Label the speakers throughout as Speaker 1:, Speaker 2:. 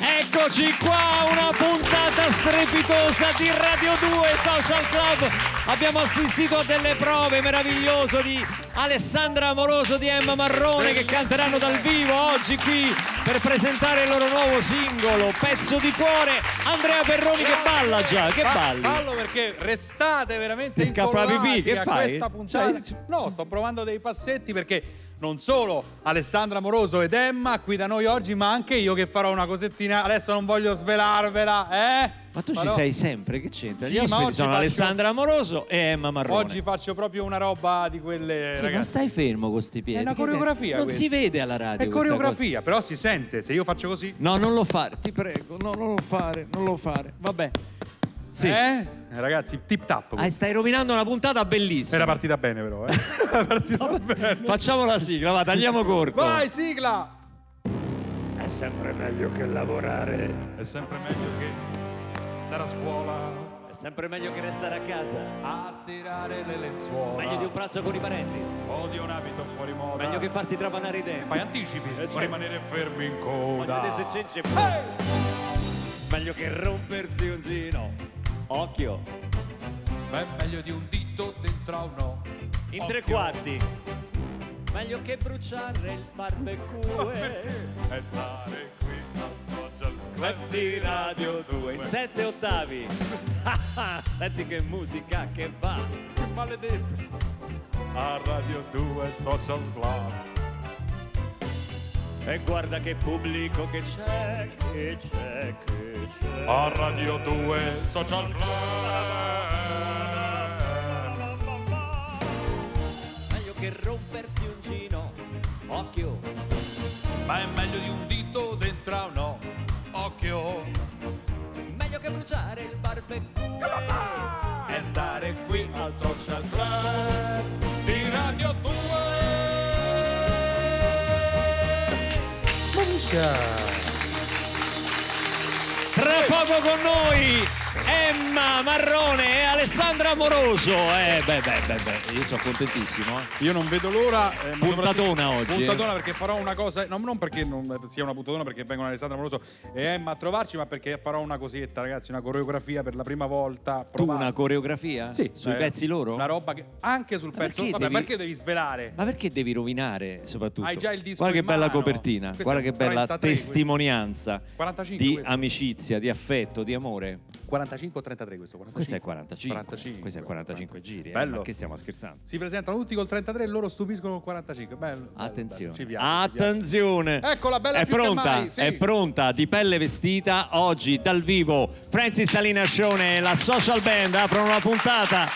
Speaker 1: Eccoci qua, una puntata strepitosa di Radio 2 Social Club. Abbiamo assistito a delle prove meravigliose di Alessandra Amoroso di Emma Marrone che canteranno dal vivo oggi qui per presentare il loro nuovo singolo, Pezzo di cuore. Andrea Perroni che balla già, che
Speaker 2: Fa-
Speaker 1: balli.
Speaker 2: Fallo perché restate veramente
Speaker 1: Ti scappa la
Speaker 2: incollati
Speaker 1: pipì, che
Speaker 2: a
Speaker 1: fai? Cioè,
Speaker 2: questa puntata. No, sto provando dei passetti perché non solo Alessandra Moroso ed Emma qui da noi oggi, ma anche io che farò una cosettina. Adesso non voglio svelarvela, eh?
Speaker 1: Ma tu ci
Speaker 2: Farò-
Speaker 1: sei sempre, che c'entra?
Speaker 2: Sì,
Speaker 1: Gli
Speaker 2: ma
Speaker 1: ospiti sono
Speaker 2: oggi faccio-
Speaker 1: Alessandra Amoroso e Emma Marrone.
Speaker 2: Oggi faccio proprio una roba di quelle
Speaker 1: Sì, ma
Speaker 2: ragazzi.
Speaker 1: stai fermo con sti piedi.
Speaker 2: È una
Speaker 1: che te-
Speaker 2: coreografia
Speaker 1: Non
Speaker 2: questa.
Speaker 1: si vede alla radio.
Speaker 2: È
Speaker 1: questa cosa.
Speaker 2: coreografia, però si sente, se io faccio così.
Speaker 1: No, non lo fare, ti prego, no, non lo fare, non lo fare.
Speaker 2: Vabbè.
Speaker 1: Sì.
Speaker 2: Eh? Ragazzi, tip tap.
Speaker 1: Ah, stai rovinando una puntata
Speaker 2: Era
Speaker 1: bellissima.
Speaker 2: partita bene però, eh. Era partita bene.
Speaker 1: Facciamo la sigla, va, tagliamo corto.
Speaker 2: Vai, sigla!
Speaker 3: È sempre meglio che lavorare.
Speaker 2: È sempre meglio che andare a scuola
Speaker 1: È sempre meglio che restare a casa.
Speaker 2: a stirare le lenzuola.
Speaker 1: Meglio di un pranzo con i parenti.
Speaker 2: o di un abito fuori moda.
Speaker 1: Meglio che farsi trapanare i denti.
Speaker 2: fai anticipi
Speaker 1: Eh,
Speaker 2: o
Speaker 1: cioè-
Speaker 2: rimanere fermi in
Speaker 1: Meglio
Speaker 2: coda.
Speaker 1: di se c'è- c'è- Meglio che rompersi un gino. Occhio.
Speaker 2: Beh, meglio di un dito dentro a uno.
Speaker 1: In tre quarti. Meglio che bruciare il barbecue.
Speaker 2: E stare qui appoggia al
Speaker 1: Web di Radio 2 in 7 ottavi. Ah, Senti che musica che va.
Speaker 2: Che maledetto. A Radio 2 Social Club.
Speaker 1: E guarda che pubblico che c'è, che c'è, che c'è.
Speaker 2: A Radio 2 Social Club.
Speaker 1: Meglio che rompersi un gino. Occhio.
Speaker 2: Ma è meglio di un dito dentro a uno. Occhio.
Speaker 1: Meglio che bruciare il barbecue. E stare qui al social club.
Speaker 2: di Radio 2
Speaker 1: Tra poco con noi Emma Marrone e Alessandra Amoroso. Eh, beh, beh, beh, beh, io sono contentissimo. eh.
Speaker 2: io non vedo l'ora eh, ma
Speaker 1: Puntatona
Speaker 2: soprattutto-
Speaker 1: oggi, eh.
Speaker 2: puntatona perché farò una cosa no, non perché non sia una puntatona perché vengono Alessandra Moroso e Emma a trovarci eh, ma perché farò una cosetta ragazzi una coreografia per la prima volta
Speaker 1: Tu
Speaker 2: provata.
Speaker 1: una coreografia?
Speaker 2: Sì,
Speaker 1: Sui
Speaker 2: eh,
Speaker 1: pezzi loro?
Speaker 2: una roba che anche sul
Speaker 1: Ma
Speaker 2: pezzo
Speaker 1: perché
Speaker 2: vabbè
Speaker 1: devi-
Speaker 2: perché devi svelare
Speaker 1: Ma perché devi rovinare soprattutto?
Speaker 2: Hai già il disco
Speaker 1: Guarda che
Speaker 2: in
Speaker 1: bella
Speaker 2: mano.
Speaker 1: copertina,
Speaker 2: Questo
Speaker 1: guarda
Speaker 2: è
Speaker 1: che
Speaker 2: un
Speaker 1: bella
Speaker 2: 33, questo.
Speaker 1: testimonianza
Speaker 2: 45
Speaker 1: di
Speaker 2: questo.
Speaker 1: amicizia, di affetto, di amore.
Speaker 2: 45 o 33 questo 45.
Speaker 1: Questo è 45. Questo è 45 giri, eh,
Speaker 2: bello
Speaker 1: ma che stiamo scherzando?
Speaker 2: si presentano tutti col 33 e loro stupiscono col 45 bello, bello, bello.
Speaker 1: Attenzione.
Speaker 2: Ci piace, ci piace.
Speaker 1: Attenzione.
Speaker 2: Eccola, bella
Speaker 1: è
Speaker 2: più che
Speaker 1: pronta,
Speaker 2: mai, sì.
Speaker 1: è pronta di pelle vestita oggi dal vivo. Francis Salinascione e la Social Band aprono la puntata.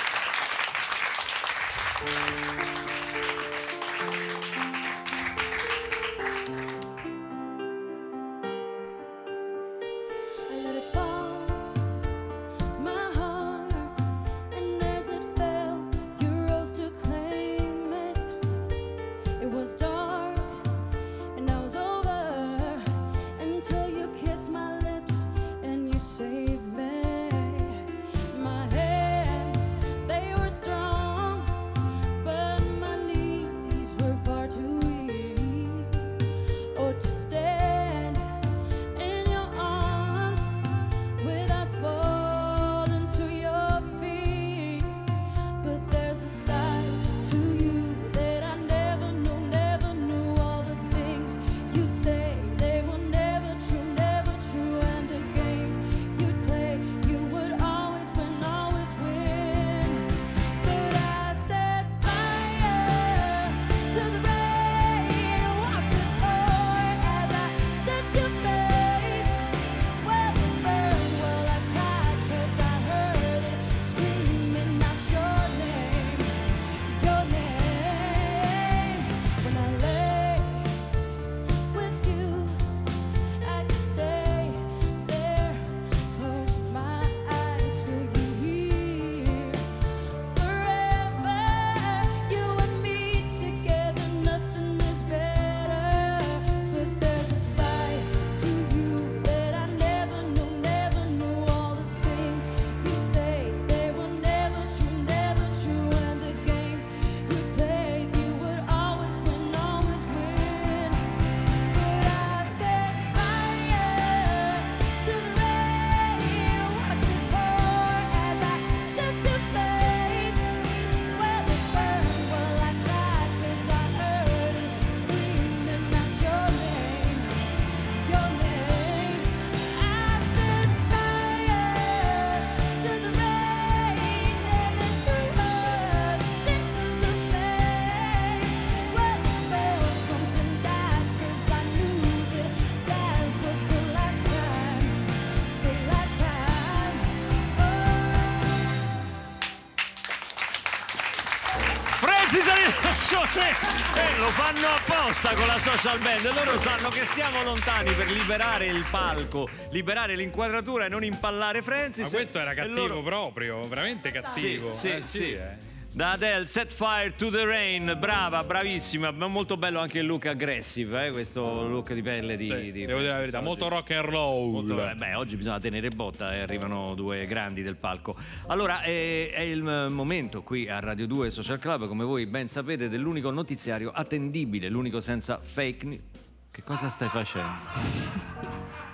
Speaker 4: I let it fall, my heart, and as it fell, you rose to claim it. It was dark, and I was over until you kissed my lips and you saved me. My hands, they Oh.
Speaker 1: Cioè, eh, lo fanno apposta con la social band. Loro sanno che stiamo lontani per liberare il palco, liberare l'inquadratura e non impallare Francis.
Speaker 5: Ma questo era
Speaker 1: E
Speaker 5: cattivo
Speaker 1: loro-
Speaker 5: proprio, veramente cattivo.
Speaker 1: Sì,
Speaker 5: Eh,
Speaker 1: sì,
Speaker 5: sì,
Speaker 1: sì.
Speaker 5: eh.
Speaker 1: Da Adele, Set Fire to the Rain, brava, bravissima, ma molto bello anche il look aggressive, eh, questo look di pelle di...
Speaker 5: Sì,
Speaker 1: di
Speaker 5: Devo dire la
Speaker 1: Francis
Speaker 5: verità,
Speaker 1: oggi.
Speaker 5: molto rock and roll.
Speaker 1: Molto- eh, beh, oggi bisogna tenere botta e arrivano due grandi del palco. Allora, eh, è il eh, momento qui a Radio 2 Social Club, come voi ben sapete, dell'unico notiziario attendibile, l'unico senza fake news. Che cosa stai facendo?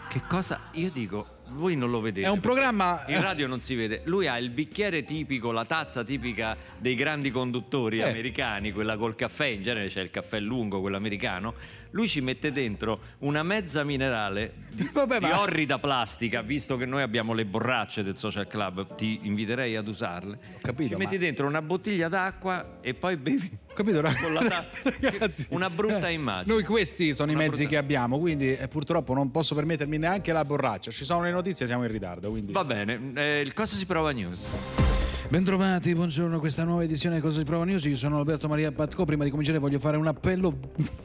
Speaker 1: Che cosa? Io dico, voi non lo vedete.
Speaker 2: È un
Speaker 1: perché
Speaker 2: programma-
Speaker 1: In radio non si vede. Lui ha il bicchiere tipico, la tazza tipica dei grandi conduttori
Speaker 2: Eh.
Speaker 1: americani, quella col caffè, in genere c'è il caffè lungo, quello americano. Lui ci mette dentro una mezza minerale di
Speaker 2: Vabbè,
Speaker 1: di
Speaker 2: ma-
Speaker 1: orrida plastica, visto che noi abbiamo le borracce del social club, ti inviterei ad usarle.
Speaker 2: Ho
Speaker 1: Ci
Speaker 2: capito, ma-
Speaker 1: metti dentro una bottiglia d'acqua e poi bevi.
Speaker 2: Ho capito? ra-
Speaker 1: Con la ta-
Speaker 2: Ragazzi,
Speaker 1: una brutta
Speaker 2: eh,
Speaker 1: immagine.
Speaker 2: Noi questi sono
Speaker 1: Una
Speaker 2: i mezzi
Speaker 1: brutta-
Speaker 2: che abbiamo, quindi eh, purtroppo non posso permettermi neanche la borraccia. Ci sono le notizie, siamo in ritardo, quindi
Speaker 1: Va bene, eh, il cosa si prova news?
Speaker 2: Bentrovati, buongiorno a questa nuova edizione di Cosa si prova News. Io sono Alberto Maria Patco. Prima di cominciare voglio fare un appello.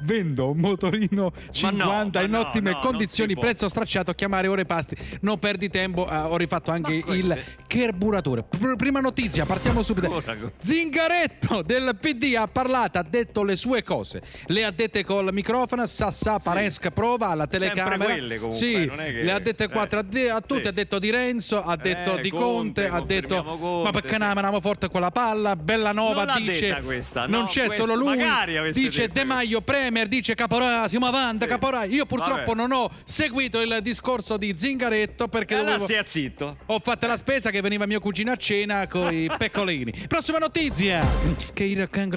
Speaker 2: Vendo un motorino 50
Speaker 1: ma
Speaker 2: in
Speaker 1: no,
Speaker 2: ottime
Speaker 1: no, non si
Speaker 2: condizioni,
Speaker 1: può.
Speaker 2: prezzo stracciato, chiamare ore pasti. Non perdi tempo, eh, ho rifatto anche
Speaker 1: Ma
Speaker 2: il
Speaker 1: queste-
Speaker 2: carburatore. Pr- prima notizia, partiamo subito.
Speaker 1: Ancora con-
Speaker 2: Zingaretto del PD ha parlato, ha detto le sue cose. Le ha dette col microfono, sassà, paresca, prova alla
Speaker 1: Sempre
Speaker 2: telecamera.
Speaker 1: quelle comunque,
Speaker 2: sì,
Speaker 1: non è che-
Speaker 2: le ha dette
Speaker 1: eh,
Speaker 2: quattro a, de- a tutti,
Speaker 1: sì.
Speaker 2: ha detto di Renzo, ha detto
Speaker 1: Eh,
Speaker 2: di
Speaker 1: Conte,
Speaker 2: Conte, ha detto
Speaker 1: confermiamo Conte,
Speaker 2: ma perché
Speaker 1: sì.
Speaker 2: non amano forte quella palla Bella Nova
Speaker 1: Non l'ha
Speaker 2: dice
Speaker 1: detta questa, no,
Speaker 2: non c'è
Speaker 1: questo-
Speaker 2: solo lui
Speaker 1: magari avesse
Speaker 2: dice
Speaker 1: detto
Speaker 2: De Maio Premier dice Caporà siamo avanti
Speaker 1: Sì.
Speaker 2: Caporà io
Speaker 1: Vabbè.
Speaker 2: purtroppo non ho seguito il discorso di Zingaretto perché
Speaker 1: Allora
Speaker 2: dovevo-
Speaker 1: stia zitto.
Speaker 2: ho fatto la spesa che veniva mio cugino a cena con i peccolini prossima notizia che il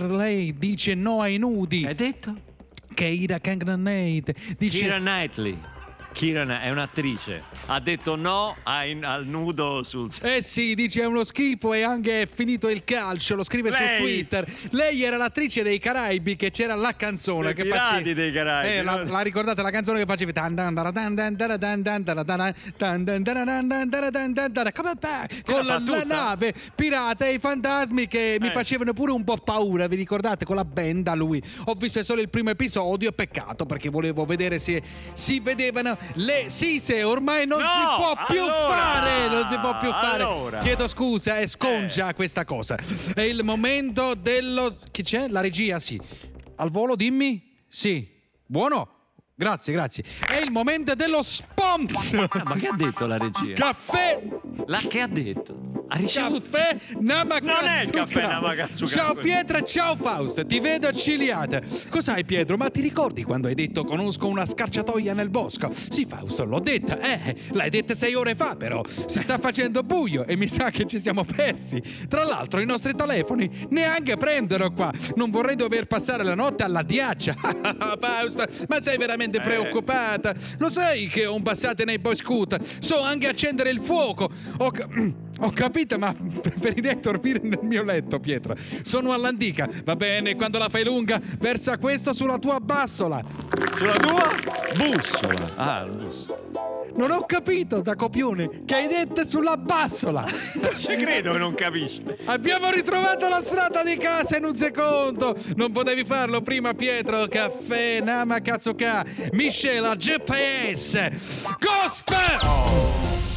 Speaker 2: Lei dice no ai nudi
Speaker 1: Hai detto?
Speaker 2: che il dice
Speaker 1: Kira Knightley. Kira Knight- è un'attrice. Ha detto no ai- al nudo sul set.
Speaker 2: Eh sì, dice è uno schifo e anche è finito il calcio, lo scrive
Speaker 1: Lei-
Speaker 2: su Twitter. Lei era l'attrice dei Caraibi che c'era la
Speaker 1: Dei
Speaker 2: canzone che
Speaker 1: Pirati
Speaker 2: facevi-
Speaker 1: dei Caraibi,
Speaker 2: Eh, la,
Speaker 1: no?
Speaker 2: la ricordate la canzone che facevi tan dan dara dan dan dara dan dan dara dan dan dan dara dan dan dara dan dan dara come back
Speaker 1: la
Speaker 2: con
Speaker 1: fa
Speaker 2: la, la
Speaker 1: tutta?
Speaker 2: nave pirata e i fantasmi che mi
Speaker 1: Eh.
Speaker 2: facevano pure un po' paura, vi ricordate con la benda lui. Ho visto solo il primo episodio, peccato perché volevo vedere se si vedevano le sise, ormai non
Speaker 1: No,
Speaker 2: si può più
Speaker 1: allora,
Speaker 2: fare, non si può più fare.
Speaker 1: allora.
Speaker 2: Chiedo scusa e sconcia questa cosa. È il momento dello. Chi c'è? La regia, sì. Al volo, dimmi? Sì. Buono? Grazie, grazie. È il momento dello sponsor.
Speaker 1: Ah, ma che ha detto la regia?
Speaker 2: Caffè
Speaker 1: La che ha detto? Ha ricevuto.
Speaker 2: Caffè Namakatsuka
Speaker 1: Non è il caffè Namakatsuka.
Speaker 2: Ciao Pietro, ciao Faust, ti vedo accigliata Cos'hai Pietro? Ma ti ricordi quando hai detto conosco una scarciatoia nel bosco? Sì Fausto, l'ho detta, eh, l'hai detta sei ore fa però Si sta facendo buio e mi sa che ci siamo persi Tra l'altro i nostri telefoni neanche prendono qua Non vorrei dover passare la notte alla diaccia Fausto, ma sei veramente
Speaker 1: Eh,
Speaker 2: preoccupata? Lo sai che ho un passate nei boy scout? So anche accendere il fuoco Ho ca- ho capito, ma preferirei dormire nel mio letto, Pietro. Sono all'antica, va bene, quando la fai lunga, versa questo sulla tua bassola.
Speaker 1: Sulla tua bussola. Ah, il busso.
Speaker 2: Non ho capito, da copione, che hai detto sulla bassola.
Speaker 1: Non ci credo che non capisci.
Speaker 2: Abbiamo ritrovato la strada di casa in un secondo. Non potevi farlo prima, Pietro. Caffè, Nama, Katsuka, miscela, GPS, Gospel!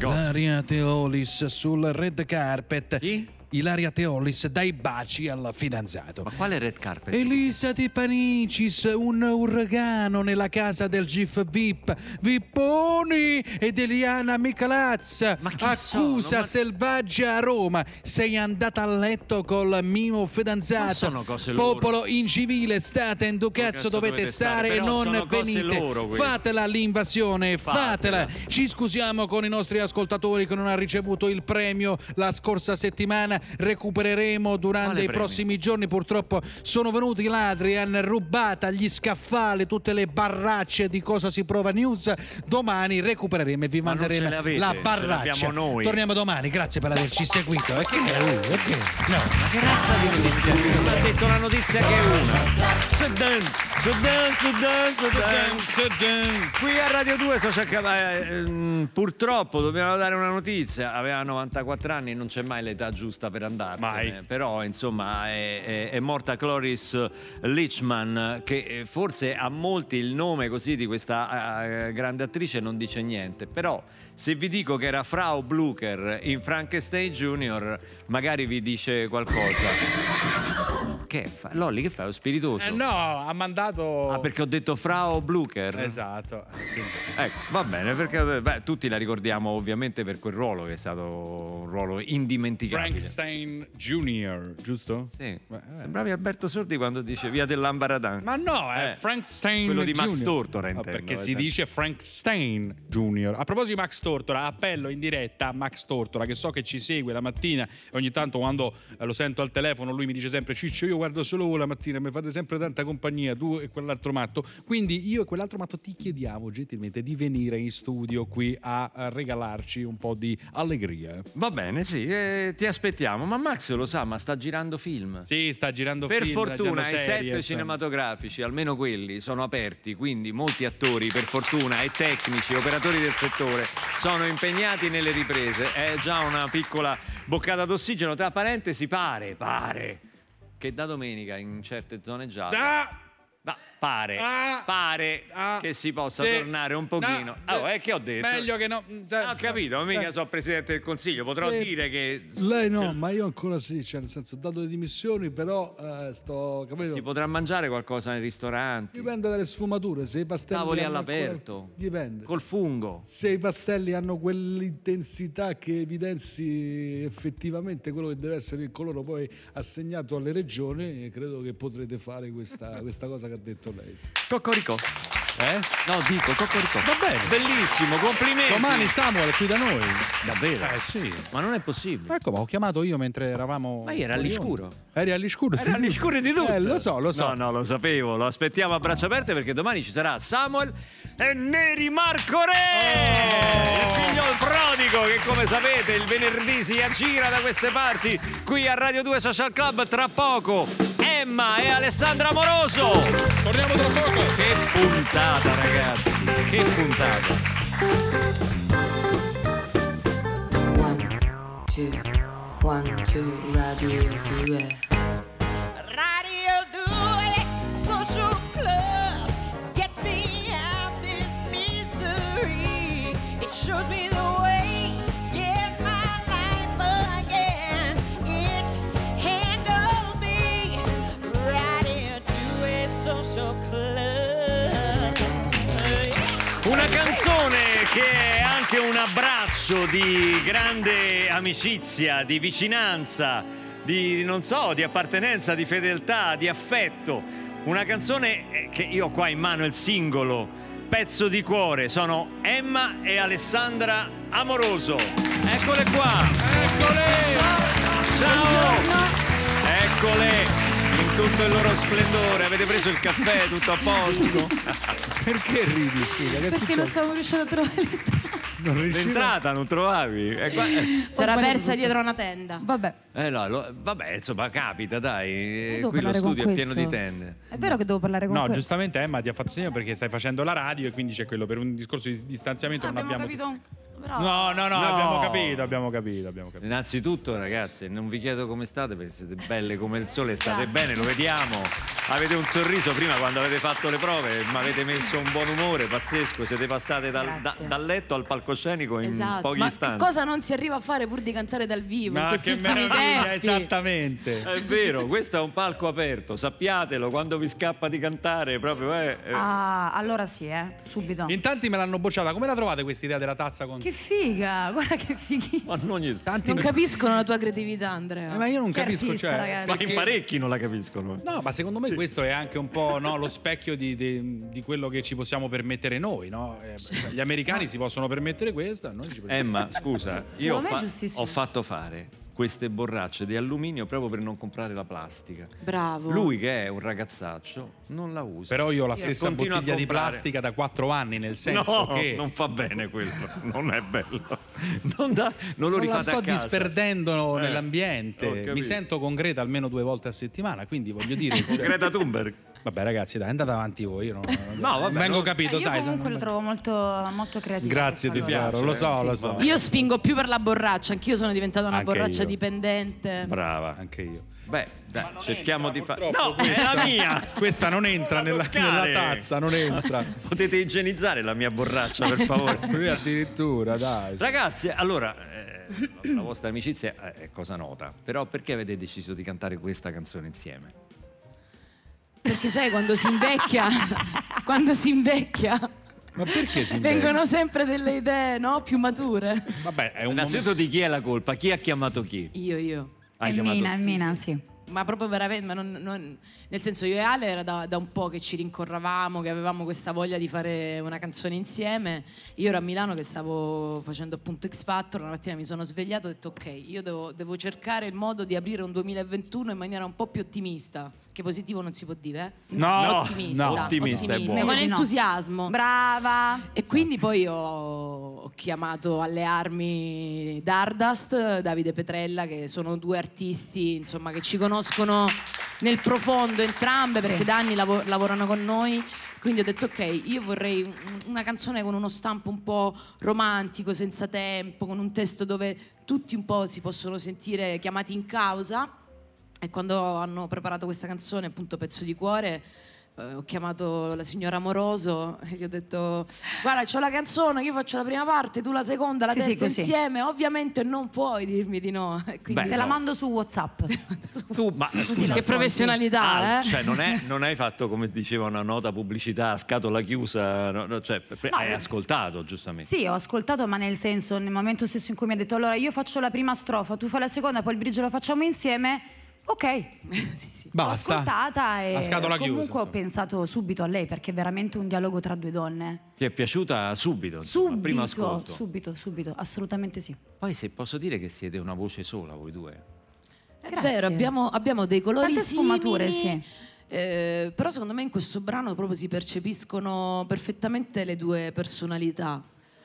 Speaker 2: Ilaria Teolis sul red carpet.
Speaker 1: Chi?
Speaker 2: Ilaria Teolis dai baci al fidanzato.
Speaker 1: Ma quale red carpet?
Speaker 2: Elisa Di Panicis, un uragano nella casa del GIF VIP, Vipponi ed Eliana Micalaz,
Speaker 1: Ma chi sono?
Speaker 2: accusa
Speaker 1: Ma-
Speaker 2: selvaggia a Roma, sei andata a letto col mio fidanzato,
Speaker 1: Ma sono cose loro.
Speaker 2: popolo incivile, state in tu cazzo dovete stare e
Speaker 1: Però sono
Speaker 2: non
Speaker 1: cose
Speaker 2: venite,
Speaker 1: loro queste.
Speaker 2: fatela l'invasione, fatela.
Speaker 1: Fatela.
Speaker 2: ci scusiamo con i nostri ascoltatori che non ha ricevuto il premio la scorsa settimana, recupereremo durante
Speaker 1: Quale
Speaker 2: i
Speaker 1: premio?
Speaker 2: prossimi prossimi giorni purtroppo sono venuti i ladri, hanno rubato gli scaffali, tutte le barracce di cosa si prova news. Domani recupereremo e vi
Speaker 1: Ma non
Speaker 2: manderemo
Speaker 1: ce l'avete,
Speaker 2: la
Speaker 1: ce
Speaker 2: barraccia.
Speaker 1: l'abbiamo noi.
Speaker 2: Torniamo domani, grazie per averci seguito. E che- eh, che- no.
Speaker 1: Ma che razza di notizia? Non ha detto la notizia che è una. Sedente. Sudan, Sudan, Sudan. Qui a Radio 2 Social Club, eh, ehm, purtroppo dobbiamo dare una notizia, aveva 94 anni, non c'è mai l'età giusta per andarsene,
Speaker 2: Mai.
Speaker 1: però insomma è, è- è morta Cloris Lichman che eh, forse a molti il nome così di questa eh, grande attrice non dice niente, però se vi dico che era Frau Blucher in Frankenstein Junior magari vi dice qualcosa. Che fa? Lolli, che fai? Lo spiritoso?
Speaker 2: Eh no, ha mandato...
Speaker 1: Ah, perché ho detto Frau Blucher?
Speaker 2: Esatto. Eh, quindi-
Speaker 1: Ecco, va bene, perché beh, tutti la ricordiamo ovviamente per quel ruolo che è stato un ruolo indimenticabile.
Speaker 2: Frankenstein Jr., giusto?
Speaker 1: Sì,
Speaker 2: Beh, eh.
Speaker 1: sembravi Alberto Sordi quando dice via del Lambaradà.
Speaker 2: Ma no, è
Speaker 1: Eh,
Speaker 2: Frankenstein
Speaker 1: quello di Max
Speaker 2: Jr..
Speaker 1: Tortora,
Speaker 2: Ah,
Speaker 1: intendo,
Speaker 2: perché si
Speaker 1: esatto.
Speaker 2: dice Frankenstein Junior. A proposito di Max Tortora, appello in diretta a Max Tortora, che so che ci segue la mattina. e Ogni tanto quando eh, lo sento al telefono, lui mi dice sempre: Ciccio, io guardo solo voi la mattina, mi fate sempre tanta compagnia, tu e quell'altro matto. Quindi io e quell'altro matto ti chiediamo gentilmente di venire in studio qui a eh, regalarci un po' di allegria.
Speaker 1: Va bene, sì, eh, ti aspettiamo. Ma Max lo sa, ma sta girando film.
Speaker 2: Sì, sta girando
Speaker 1: Per
Speaker 2: film, sta girando
Speaker 1: fortuna i
Speaker 2: serie,
Speaker 1: set
Speaker 2: insomma.
Speaker 1: cinematografici, almeno quelli, sono aperti, quindi molti attori, per fortuna, e tecnici, operatori del settore, sono impegnati nelle riprese. È già una piccola boccata d'ossigeno. Tra parentesi, pare, pare, che da domenica in certe zone gialle...
Speaker 2: Ah!
Speaker 1: Ma pare,
Speaker 2: Ah!
Speaker 1: pare
Speaker 2: Ah!
Speaker 1: che si possa
Speaker 2: Sì.
Speaker 1: tornare un pochino...
Speaker 2: No,
Speaker 1: oh, eh, che ho detto?
Speaker 2: Meglio che no. cioè, Eh.
Speaker 1: Ah, Ho capito, mica sono Presidente del Consiglio, potrò
Speaker 6: Sì.
Speaker 1: dire che...
Speaker 6: Lei no, ma io ancora sì, cioè nel senso ho dato le dimissioni, però eh, sto capendo.
Speaker 1: Si potrà mangiare qualcosa nei ristoranti?
Speaker 6: Dipende dalle sfumature, se i pastelli
Speaker 1: Tavoli
Speaker 6: hanno
Speaker 1: all'aperto.
Speaker 6: ancora- Dipende.
Speaker 1: Col fungo.
Speaker 6: Se i pastelli hanno quell'intensità che evidenzi effettivamente quello che deve essere il colore poi assegnato alle regioni, eh, credo che potrete fare questa, questa cosa che ha detto lei.
Speaker 1: Coccoricò. Eh? No, dico Coccoricò.
Speaker 7: Va bene.
Speaker 1: Bellissimo, complimenti.
Speaker 7: Domani Samuel è qui da noi.
Speaker 1: Davvero?
Speaker 7: Eh sì.
Speaker 1: Ma non è possibile.
Speaker 7: Ecco, ma ho chiamato io mentre eravamo.
Speaker 1: Ma io era
Speaker 7: fuori
Speaker 1: all'iscuro.
Speaker 7: onda. Eri all'iscuro? sì,
Speaker 1: Era
Speaker 7: sì.
Speaker 1: all'iscuro di tutto.
Speaker 7: Eh, lo so, lo so.
Speaker 1: No, no, lo sapevo. Lo aspettiamo a braccia aperte perché domani ci sarà Samuel e Neri Marco Re. Il figlio prodigo che come sapete il venerdì si aggira da queste parti qui a Radio 2 Social Club. Tra poco Emma e Alessandra Moroso.
Speaker 2: Torniamo tra poco.
Speaker 1: Che puntata ragazzi, che puntata.
Speaker 8: One, two, one, two, radio, due.
Speaker 4: Radio Due Social Club gets me out this misery. It shows me the way to get my life again. It handles me. Radio Due Social Club.
Speaker 1: Una canzone che è anche un abbraccio di grande amicizia, di vicinanza, di non so, di appartenenza, di fedeltà, di affetto. Una canzone eh, che io ho qua in mano il singolo, pezzo di cuore, sono Emma e Alessandra Amoroso. Eccole qua. Eccole! Ciao! Eccole! In tutto il loro splendore, avete preso il caffè, tutto a posto?
Speaker 6: Perché ridi? Scusa, che è
Speaker 9: Perché non
Speaker 6: successo?
Speaker 9: stavo riuscendo a trovare l'entrata.
Speaker 6: Non riuscivo-
Speaker 1: L'entrata non trovavi? Eh, qua- eh,
Speaker 9: Ho
Speaker 8: Sarà
Speaker 9: sbagliato
Speaker 8: persa
Speaker 9: tutto.
Speaker 8: dietro una tenda.
Speaker 9: Vabbè.
Speaker 1: eh, no, lo- vabbè, insomma, capita, dai. eh,
Speaker 9: devo
Speaker 1: Qui lo
Speaker 9: parlare con
Speaker 1: studio è pieno di
Speaker 9: questo?
Speaker 1: tende.
Speaker 9: È vero che devo parlare con
Speaker 2: No,
Speaker 9: que-
Speaker 2: giustamente Emma ti ha fatto segno perché stai facendo la radio e quindi c'è quello per un discorso di distanziamento. non abbiamo
Speaker 8: capito. Bravo.
Speaker 2: No, no, no,
Speaker 1: No.
Speaker 2: abbiamo capito, abbiamo capito, abbiamo capito.
Speaker 1: Innanzitutto, ragazze, non vi chiedo come state, perché siete belle come il sole, state bene, lo vediamo. Avete un sorriso prima quando avete fatto le prove, mi avete messo un buon umore, pazzesco, siete passate dal, da-
Speaker 8: Grazie.
Speaker 1: dal letto al palcoscenico in
Speaker 8: Esatto.
Speaker 1: pochi
Speaker 8: Ma che
Speaker 1: istanti.
Speaker 8: cosa non si arriva a fare pur di cantare dal vivo in
Speaker 2: Ma
Speaker 8: questi
Speaker 2: che
Speaker 8: ultimi
Speaker 2: meraviglia,
Speaker 8: tempi?
Speaker 2: esattamente.
Speaker 1: È vero, questo è un palco aperto, sappiatelo, quando vi scappa di cantare, proprio eh, eh,
Speaker 10: Ah, allora sì, eh, subito.
Speaker 7: In tanti me l'hanno bocciata. Come la trovate questa idea della tazza con
Speaker 10: Che figa, guarda che fighissimo.
Speaker 1: ma non gli-
Speaker 7: tanti?
Speaker 8: Non capiscono la tua creatività, Andrea.
Speaker 7: Eh, ma io non
Speaker 10: Che
Speaker 7: capisco,
Speaker 10: artista,
Speaker 7: cioè,
Speaker 10: ragazzi.
Speaker 1: Ma
Speaker 7: perché-
Speaker 1: in parecchi non la capiscono.
Speaker 7: No, ma secondo me questo è anche un po' no, lo specchio di, di- di quello che ci possiamo permettere noi. no? Eh, cioè, gli americani si possono permettere questa, noi ci permettiamo.
Speaker 1: Emma, scusa, io ho,
Speaker 10: me è
Speaker 1: fa-
Speaker 10: giustissimo.
Speaker 1: ho fatto fare queste borracce di alluminio proprio per non comprare la plastica.
Speaker 8: Bravo.
Speaker 1: Lui che è un ragazzaccio non la usa.
Speaker 7: Però io ho la stessa
Speaker 1: continua a
Speaker 7: bottiglia di
Speaker 1: comprare.
Speaker 7: plastica da 4 anni, nel senso
Speaker 1: No,
Speaker 7: che
Speaker 1: non fa bene quello, non è bello. Non, da- non lo
Speaker 7: non la
Speaker 1: rifate
Speaker 7: sto
Speaker 1: a casa.
Speaker 7: disperdendo
Speaker 1: Eh, ho
Speaker 7: nell'ambiente. Mi
Speaker 1: capito.
Speaker 7: sento con Greta almeno due volte a settimana, quindi voglio dire.
Speaker 1: Con
Speaker 7: cioè,
Speaker 1: Greta Thunberg.
Speaker 2: Vabbè, ragazzi, dai, andate avanti voi. io non,
Speaker 1: No, vabbè,
Speaker 2: non vengo
Speaker 1: no.
Speaker 2: capito,
Speaker 4: Eh, io
Speaker 2: sai.
Speaker 4: comunque
Speaker 2: sono-
Speaker 4: lo trovo molto, molto creativo.
Speaker 2: Grazie
Speaker 4: questa cosa.
Speaker 2: tesoro, lo so, lo so.
Speaker 10: Io spingo più per la borraccia, anch'io sono diventata una
Speaker 2: Anche
Speaker 10: borraccia
Speaker 2: io.
Speaker 10: dipendente.
Speaker 2: Brava, anche io.
Speaker 1: Beh, dai, cerchiamo di fare.
Speaker 2: Purtroppo
Speaker 1: No, è la mia!
Speaker 2: Questa non entra
Speaker 1: Non la
Speaker 2: nella,
Speaker 1: toccare.
Speaker 2: nella tazza, non entra.
Speaker 1: Potete igienizzare la mia borraccia, per favore.
Speaker 2: Lui addirittura, dai.
Speaker 1: Ragazze, allora, eh, la- la vostra amicizia è- è cosa nota, però perché avete deciso di cantare questa canzone insieme?
Speaker 10: Perché sai quando si invecchia, quando si invecchia,
Speaker 2: Ma perché si inventa?
Speaker 10: vengono sempre delle idee, no? Più mature.
Speaker 2: Vabbè, è un momento...
Speaker 1: Innanzitutto di chi è la colpa? Chi ha chiamato chi?
Speaker 10: Io, io.
Speaker 1: Hai
Speaker 4: È
Speaker 1: chiamato-
Speaker 4: Mina, è
Speaker 1: Sì,
Speaker 4: Mina, sì.
Speaker 10: Ma proprio veramente, ma non- non- nel senso io e Ale era da, da un po' che ci rincorravamo, che avevamo questa voglia di fare una canzone insieme. Io ero a Milano che stavo facendo appunto X Factor, una mattina mi sono svegliato e ho detto ok, io devo, devo cercare il modo di aprire un 2021 in maniera un po' più ottimista, che positivo non si può dire, eh?
Speaker 2: No, no,
Speaker 10: ottimista,
Speaker 2: no,
Speaker 1: ottimista è buono.
Speaker 10: con
Speaker 4: Meglio di no.
Speaker 10: entusiasmo.
Speaker 4: Brava.
Speaker 10: E quindi poi ho, ho chiamato alle armi Dardust, Davide Petrella, che sono due artisti insomma, che ci conoscono nel profondo entrambe,
Speaker 4: Sì.
Speaker 10: perché da anni lavo- lavorano con noi. Quindi ho detto ok, io vorrei un- una canzone con uno stampo un po' romantico, senza tempo, con un testo dove tutti un po' si possono sentire chiamati in causa. E quando hanno preparato questa canzone, appunto Pezzo di Cuore, eh, ho chiamato la signora Moroso e gli ho detto guarda c'ho la canzone, io faccio la prima parte, tu la seconda, la
Speaker 4: Sì, sì,
Speaker 10: terza
Speaker 4: così.
Speaker 10: insieme, ovviamente non puoi dirmi di no. E Quindi,
Speaker 4: Te la mando su WhatsApp.
Speaker 1: Tu, ma scusa,
Speaker 10: che professionalità,
Speaker 1: ah,
Speaker 10: eh?
Speaker 1: cioè, non, è- non hai fatto come diceva una nota pubblicità a scatola chiusa, no, no, cioè, per- per-
Speaker 4: No,
Speaker 1: hai
Speaker 4: io-
Speaker 1: ascoltato giustamente.
Speaker 4: Sì, ho ascoltato, ma nel senso, nel momento stesso in cui mi ha detto allora io faccio la prima strofa, tu fai la seconda, poi il bridge lo facciamo insieme. Ok,
Speaker 1: cioè
Speaker 10: Sì, sì.
Speaker 2: Basta.
Speaker 4: L'ho ascoltata e
Speaker 2: A scatola chiusa,
Speaker 4: comunque ho
Speaker 2: insomma.
Speaker 4: pensato subito a lei perché è veramente un dialogo tra due donne.
Speaker 1: Ti è piaciuta subito, insomma, al
Speaker 4: Subito,
Speaker 1: primo ascolto.
Speaker 4: subito, subito, assolutamente sì.
Speaker 1: Poi se posso dire che siete una voce sola voi due.
Speaker 10: È
Speaker 4: Grazie.
Speaker 10: vero, abbiamo, abbiamo dei colori
Speaker 4: Tante sfumature,
Speaker 10: simili,
Speaker 4: sì.
Speaker 10: eh, però secondo me in questo brano proprio si percepiscono perfettamente le due personalità.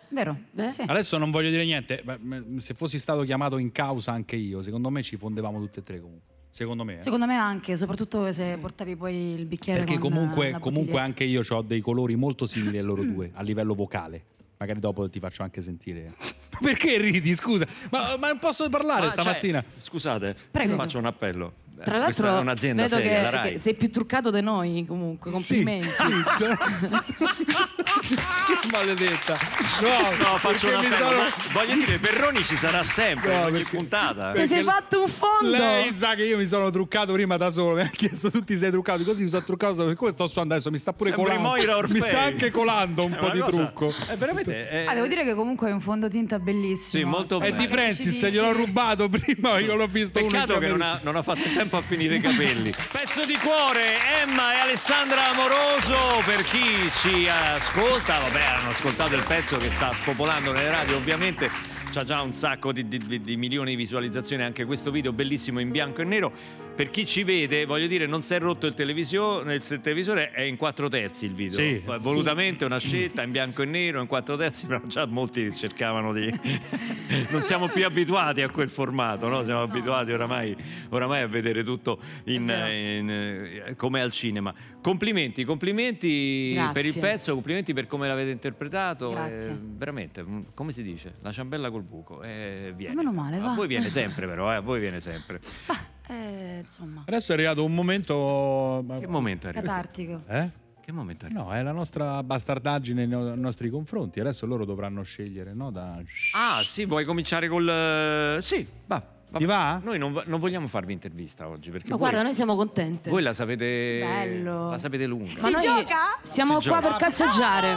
Speaker 4: Vero?
Speaker 11: Eh?
Speaker 10: Beh.
Speaker 4: Sì.
Speaker 2: Adesso non voglio dire niente, ma- ma se fossi stato chiamato in causa anche io, secondo me ci fondevamo tutte e tre comunque. Secondo me. eh.
Speaker 4: Secondo me anche, soprattutto se portavi poi il bicchiere
Speaker 2: Perché
Speaker 4: con
Speaker 2: comunque,
Speaker 4: la
Speaker 2: comunque
Speaker 4: bottiglietta.
Speaker 2: anche io ho dei colori molto simili a loro due, a livello vocale. Magari dopo ti faccio anche sentire. Perché ridi, scusa? Ma, ma non posso parlare
Speaker 1: Ah, cioè,
Speaker 2: stamattina?
Speaker 1: scusate,
Speaker 4: Prego.
Speaker 1: faccio un appello.
Speaker 10: Tra
Speaker 1: Eh, Questa
Speaker 10: l'altro,
Speaker 1: è un'azienda
Speaker 10: vedo
Speaker 1: seria,
Speaker 10: che,
Speaker 1: la Rai. Ah,
Speaker 10: che sei più truccato di noi comunque, complimenti.
Speaker 2: Sì, sì. Maledetta. No,
Speaker 1: No, faccio un
Speaker 2: perché mi
Speaker 1: appello.
Speaker 2: sono-
Speaker 1: ma Voglio dire, Perroni ci sarà sempre
Speaker 2: No,
Speaker 1: in ogni
Speaker 2: perché-
Speaker 1: puntata.
Speaker 10: Ti sei
Speaker 2: Perché
Speaker 10: fatto un fondo!
Speaker 2: Lei sa che io mi sono truccato prima da solo, mi ha chiesto tu ti sei truccato così, mi sono truccato per questo sto andando adesso, mi sta pure
Speaker 1: Sembri
Speaker 2: colando.
Speaker 1: Moira Orfei.
Speaker 2: Mi sta anche colando un
Speaker 1: Cioè,
Speaker 2: po'
Speaker 1: una
Speaker 2: di
Speaker 1: cosa-
Speaker 2: trucco.
Speaker 1: È veramente è-
Speaker 4: Ah, devo dire che comunque è un fondotinta bellissimo.
Speaker 1: Sì, molto
Speaker 2: È
Speaker 1: bene.
Speaker 2: di Francis,
Speaker 4: Ci dici-
Speaker 2: gliel'ho rubato prima, io l'ho visto uno in
Speaker 1: Peccato che
Speaker 2: camera-
Speaker 1: non ha, non ha fatto il tempo a finire i capelli. Pezzo di cuore, Emma e Alessandra Amoroso. Per chi ci ascolta, vabbè, hanno ascoltato il pezzo che sta spopolando nelle radio, ovviamente. C'ha già un sacco di, di- di- di milioni di visualizzazioni anche questo video, bellissimo in bianco e nero. Per chi ci vede, voglio dire, non si è rotto il televisore, il televisore è in quattro terzi il video.
Speaker 2: Sì.
Speaker 1: Fa- Volutamente una scelta in bianco e nero, in quattro terzi, però già molti cercavano di... non siamo più abituati a quel formato, no? Siamo abituati oramai, oramai a vedere tutto in- in, eh, come al cinema. Complimenti, complimenti
Speaker 10: Grazie.
Speaker 1: per il pezzo, complimenti per come l'avete interpretato.
Speaker 4: Grazie.
Speaker 1: eh, veramente, mm, come si dice? La ciambella col buco. Eh, viene.
Speaker 4: Meno male,
Speaker 1: A
Speaker 4: va.
Speaker 1: voi viene sempre però, eh, a voi viene sempre.
Speaker 4: Eh, insomma,
Speaker 2: Adesso è arrivato un momento... ma-
Speaker 1: Che momento è arrivato?
Speaker 4: catartico.
Speaker 2: Eh?
Speaker 1: Che momento è arrivato?
Speaker 2: No, è la nostra bastardaggine nei nei nostri confronti. Adesso loro dovranno scegliere, no? Da...
Speaker 1: Ah, sì, vuoi cominciare col. eh, Sì, va.
Speaker 2: Ti va?
Speaker 1: Noi non, va- non vogliamo farvi intervista oggi perché
Speaker 10: Ma
Speaker 1: voi,
Speaker 10: guarda, noi siamo contente.
Speaker 1: voi la sapete.
Speaker 4: Bello.
Speaker 1: La sapete lunga.
Speaker 10: Ma
Speaker 4: Si
Speaker 10: noi
Speaker 4: gioca?
Speaker 10: Siamo
Speaker 1: Si
Speaker 10: qua
Speaker 1: gioca.
Speaker 10: per cazzeggiare.